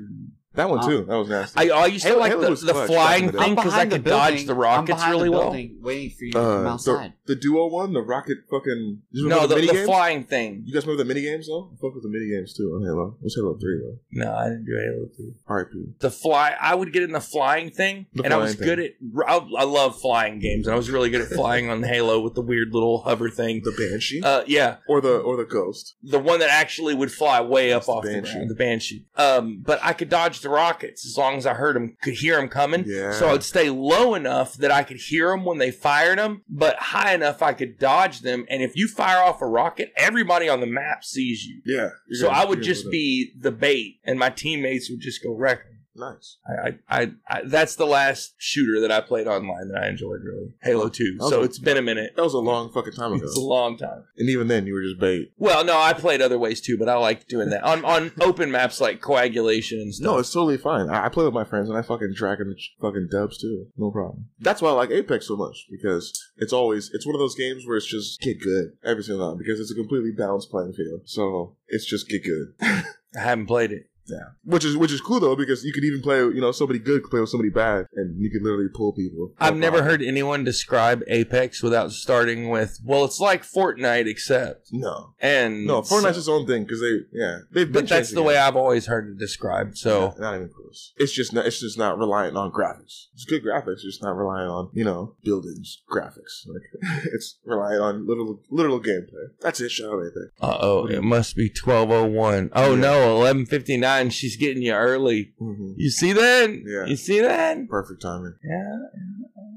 Speaker 1: That one
Speaker 3: Uh,
Speaker 1: too. That was nasty.
Speaker 5: I, I used to
Speaker 1: Halo-
Speaker 5: like
Speaker 1: Halo
Speaker 5: the,
Speaker 1: was
Speaker 5: the
Speaker 1: clutch
Speaker 5: flying
Speaker 1: back in the
Speaker 5: thing because I
Speaker 3: behind
Speaker 5: could
Speaker 3: building.
Speaker 5: dodge the
Speaker 3: I'm
Speaker 5: rockets
Speaker 3: behind
Speaker 5: really
Speaker 3: the
Speaker 5: well.
Speaker 3: building, waiting for you to
Speaker 1: Uh,
Speaker 3: come outside.
Speaker 1: The, the duo one, the rocket fucking. You
Speaker 5: No,
Speaker 1: remember
Speaker 5: the,
Speaker 1: mini
Speaker 5: the
Speaker 1: games?
Speaker 5: flying thing.
Speaker 1: You guys remember the mini games though? I fuck with the mini games too on Halo. What's Halo Three though?
Speaker 5: No, I didn't do Halo 3.
Speaker 1: R.I.P.
Speaker 5: The fly, I would get in the flying thing,
Speaker 1: The
Speaker 5: and I
Speaker 1: flying
Speaker 5: was
Speaker 1: thing.
Speaker 5: good at. I, I love flying games, and I was really good at flying on Halo with the weird little hover thing.
Speaker 1: The Banshee
Speaker 5: Uh, yeah,
Speaker 1: or the or the Ghost.
Speaker 5: the one that actually would fly way up
Speaker 1: That's the
Speaker 5: off the
Speaker 1: Banshee.
Speaker 5: ground, the Banshee. Um, but I could dodge the rockets as long as I heard them, could hear them coming.
Speaker 1: Yeah.
Speaker 5: So I'd stay low enough that I could hear them when they fired them, but high enough I could dodge them. And if you fire off a rocket, everybody on the map sees you.
Speaker 1: Yeah. you're
Speaker 5: So
Speaker 1: gonna-
Speaker 5: I
Speaker 1: you're
Speaker 5: would just
Speaker 1: gonna-
Speaker 5: be the bait, and my teammates would just go wreck. 'em.
Speaker 1: nice.
Speaker 5: I, I, I, I, that's the last shooter that I played online that I enjoyed really, Halo Two.
Speaker 1: That was
Speaker 5: So
Speaker 1: a-
Speaker 5: it's been a minute.
Speaker 1: That was a long fucking time ago,
Speaker 5: It's a long time.
Speaker 1: and even then you were just bait.
Speaker 5: Well, no, I played other ways too, but I like doing that on on open maps like coagulation and stuff.
Speaker 1: No, it's totally fine. I, I play with my friends and I fucking drag them to ch- fucking dubs too. No problem. That's why I like Apex so much because it's always it's one of those games where it's just get good every single time because it's a completely balanced playing field. So it's just get good.
Speaker 5: I haven't played it.
Speaker 1: Yeah, which is which is cool though because you could even play you know somebody good could play with somebody bad and you could literally pull people. No
Speaker 5: I've never
Speaker 1: problem.
Speaker 5: heard anyone describe Apex without starting with, "Well, it's like Fortnite except."
Speaker 1: No,
Speaker 5: And
Speaker 1: no, Fortnite's its own thing because they yeah they've been.
Speaker 5: Mm, but that's the way I've always heard it described. So
Speaker 1: not, even close. It's just not, it's just not reliant on graphics. It's good graphics, it's just not reliant on you know buildings graphics. Like it's reliant on little little gameplay. That's it. Shout out Apex.
Speaker 5: Uh oh, it must be twelve oh one. Oh
Speaker 1: Yeah.
Speaker 5: no, eleven fifty nine. She's getting you early.
Speaker 1: hmm
Speaker 5: You see that?
Speaker 1: Yeah.
Speaker 5: You see that?
Speaker 1: Perfect timing.
Speaker 5: Yeah.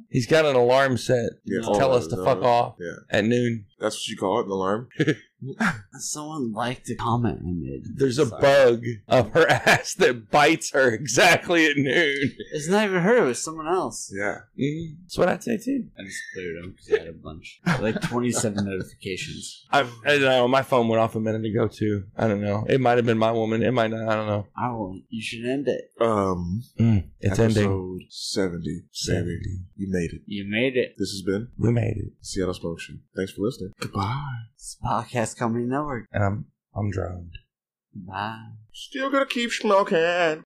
Speaker 5: He's got an alarm set.
Speaker 1: Yeah,
Speaker 3: Oh,
Speaker 5: to tell
Speaker 1: all
Speaker 5: us
Speaker 1: that,
Speaker 5: to
Speaker 1: uh,
Speaker 5: fuck off
Speaker 1: Yeah,
Speaker 5: at noon.
Speaker 1: that's what you call it, an alarm.
Speaker 3: Someone liked a comment I made.
Speaker 5: There's a
Speaker 3: Sorry.
Speaker 5: bug up her ass that bites her exactly at noon.
Speaker 3: It's not even her. It was someone else.
Speaker 1: Yeah,
Speaker 5: That's what I'd say too.
Speaker 3: I just cleared them because I had a bunch, like twenty-seven notifications.
Speaker 5: I, I don't know. My phone went off a minute ago too. I don't know. It might have been my woman. It might not. I don't know.
Speaker 3: I won't. You should end it.
Speaker 1: um,
Speaker 5: Mm, it's ending.
Speaker 1: episode seventy. Baby,
Speaker 5: 70.
Speaker 1: you made it.
Speaker 3: You made it.
Speaker 1: This has been
Speaker 5: We made it.
Speaker 1: Seattle Smoke Show. Thanks for listening. Goodbye.
Speaker 3: It's a podcast company network.
Speaker 5: And I'm I'm drunk.
Speaker 3: Bye.
Speaker 1: Still gonna keep smoking.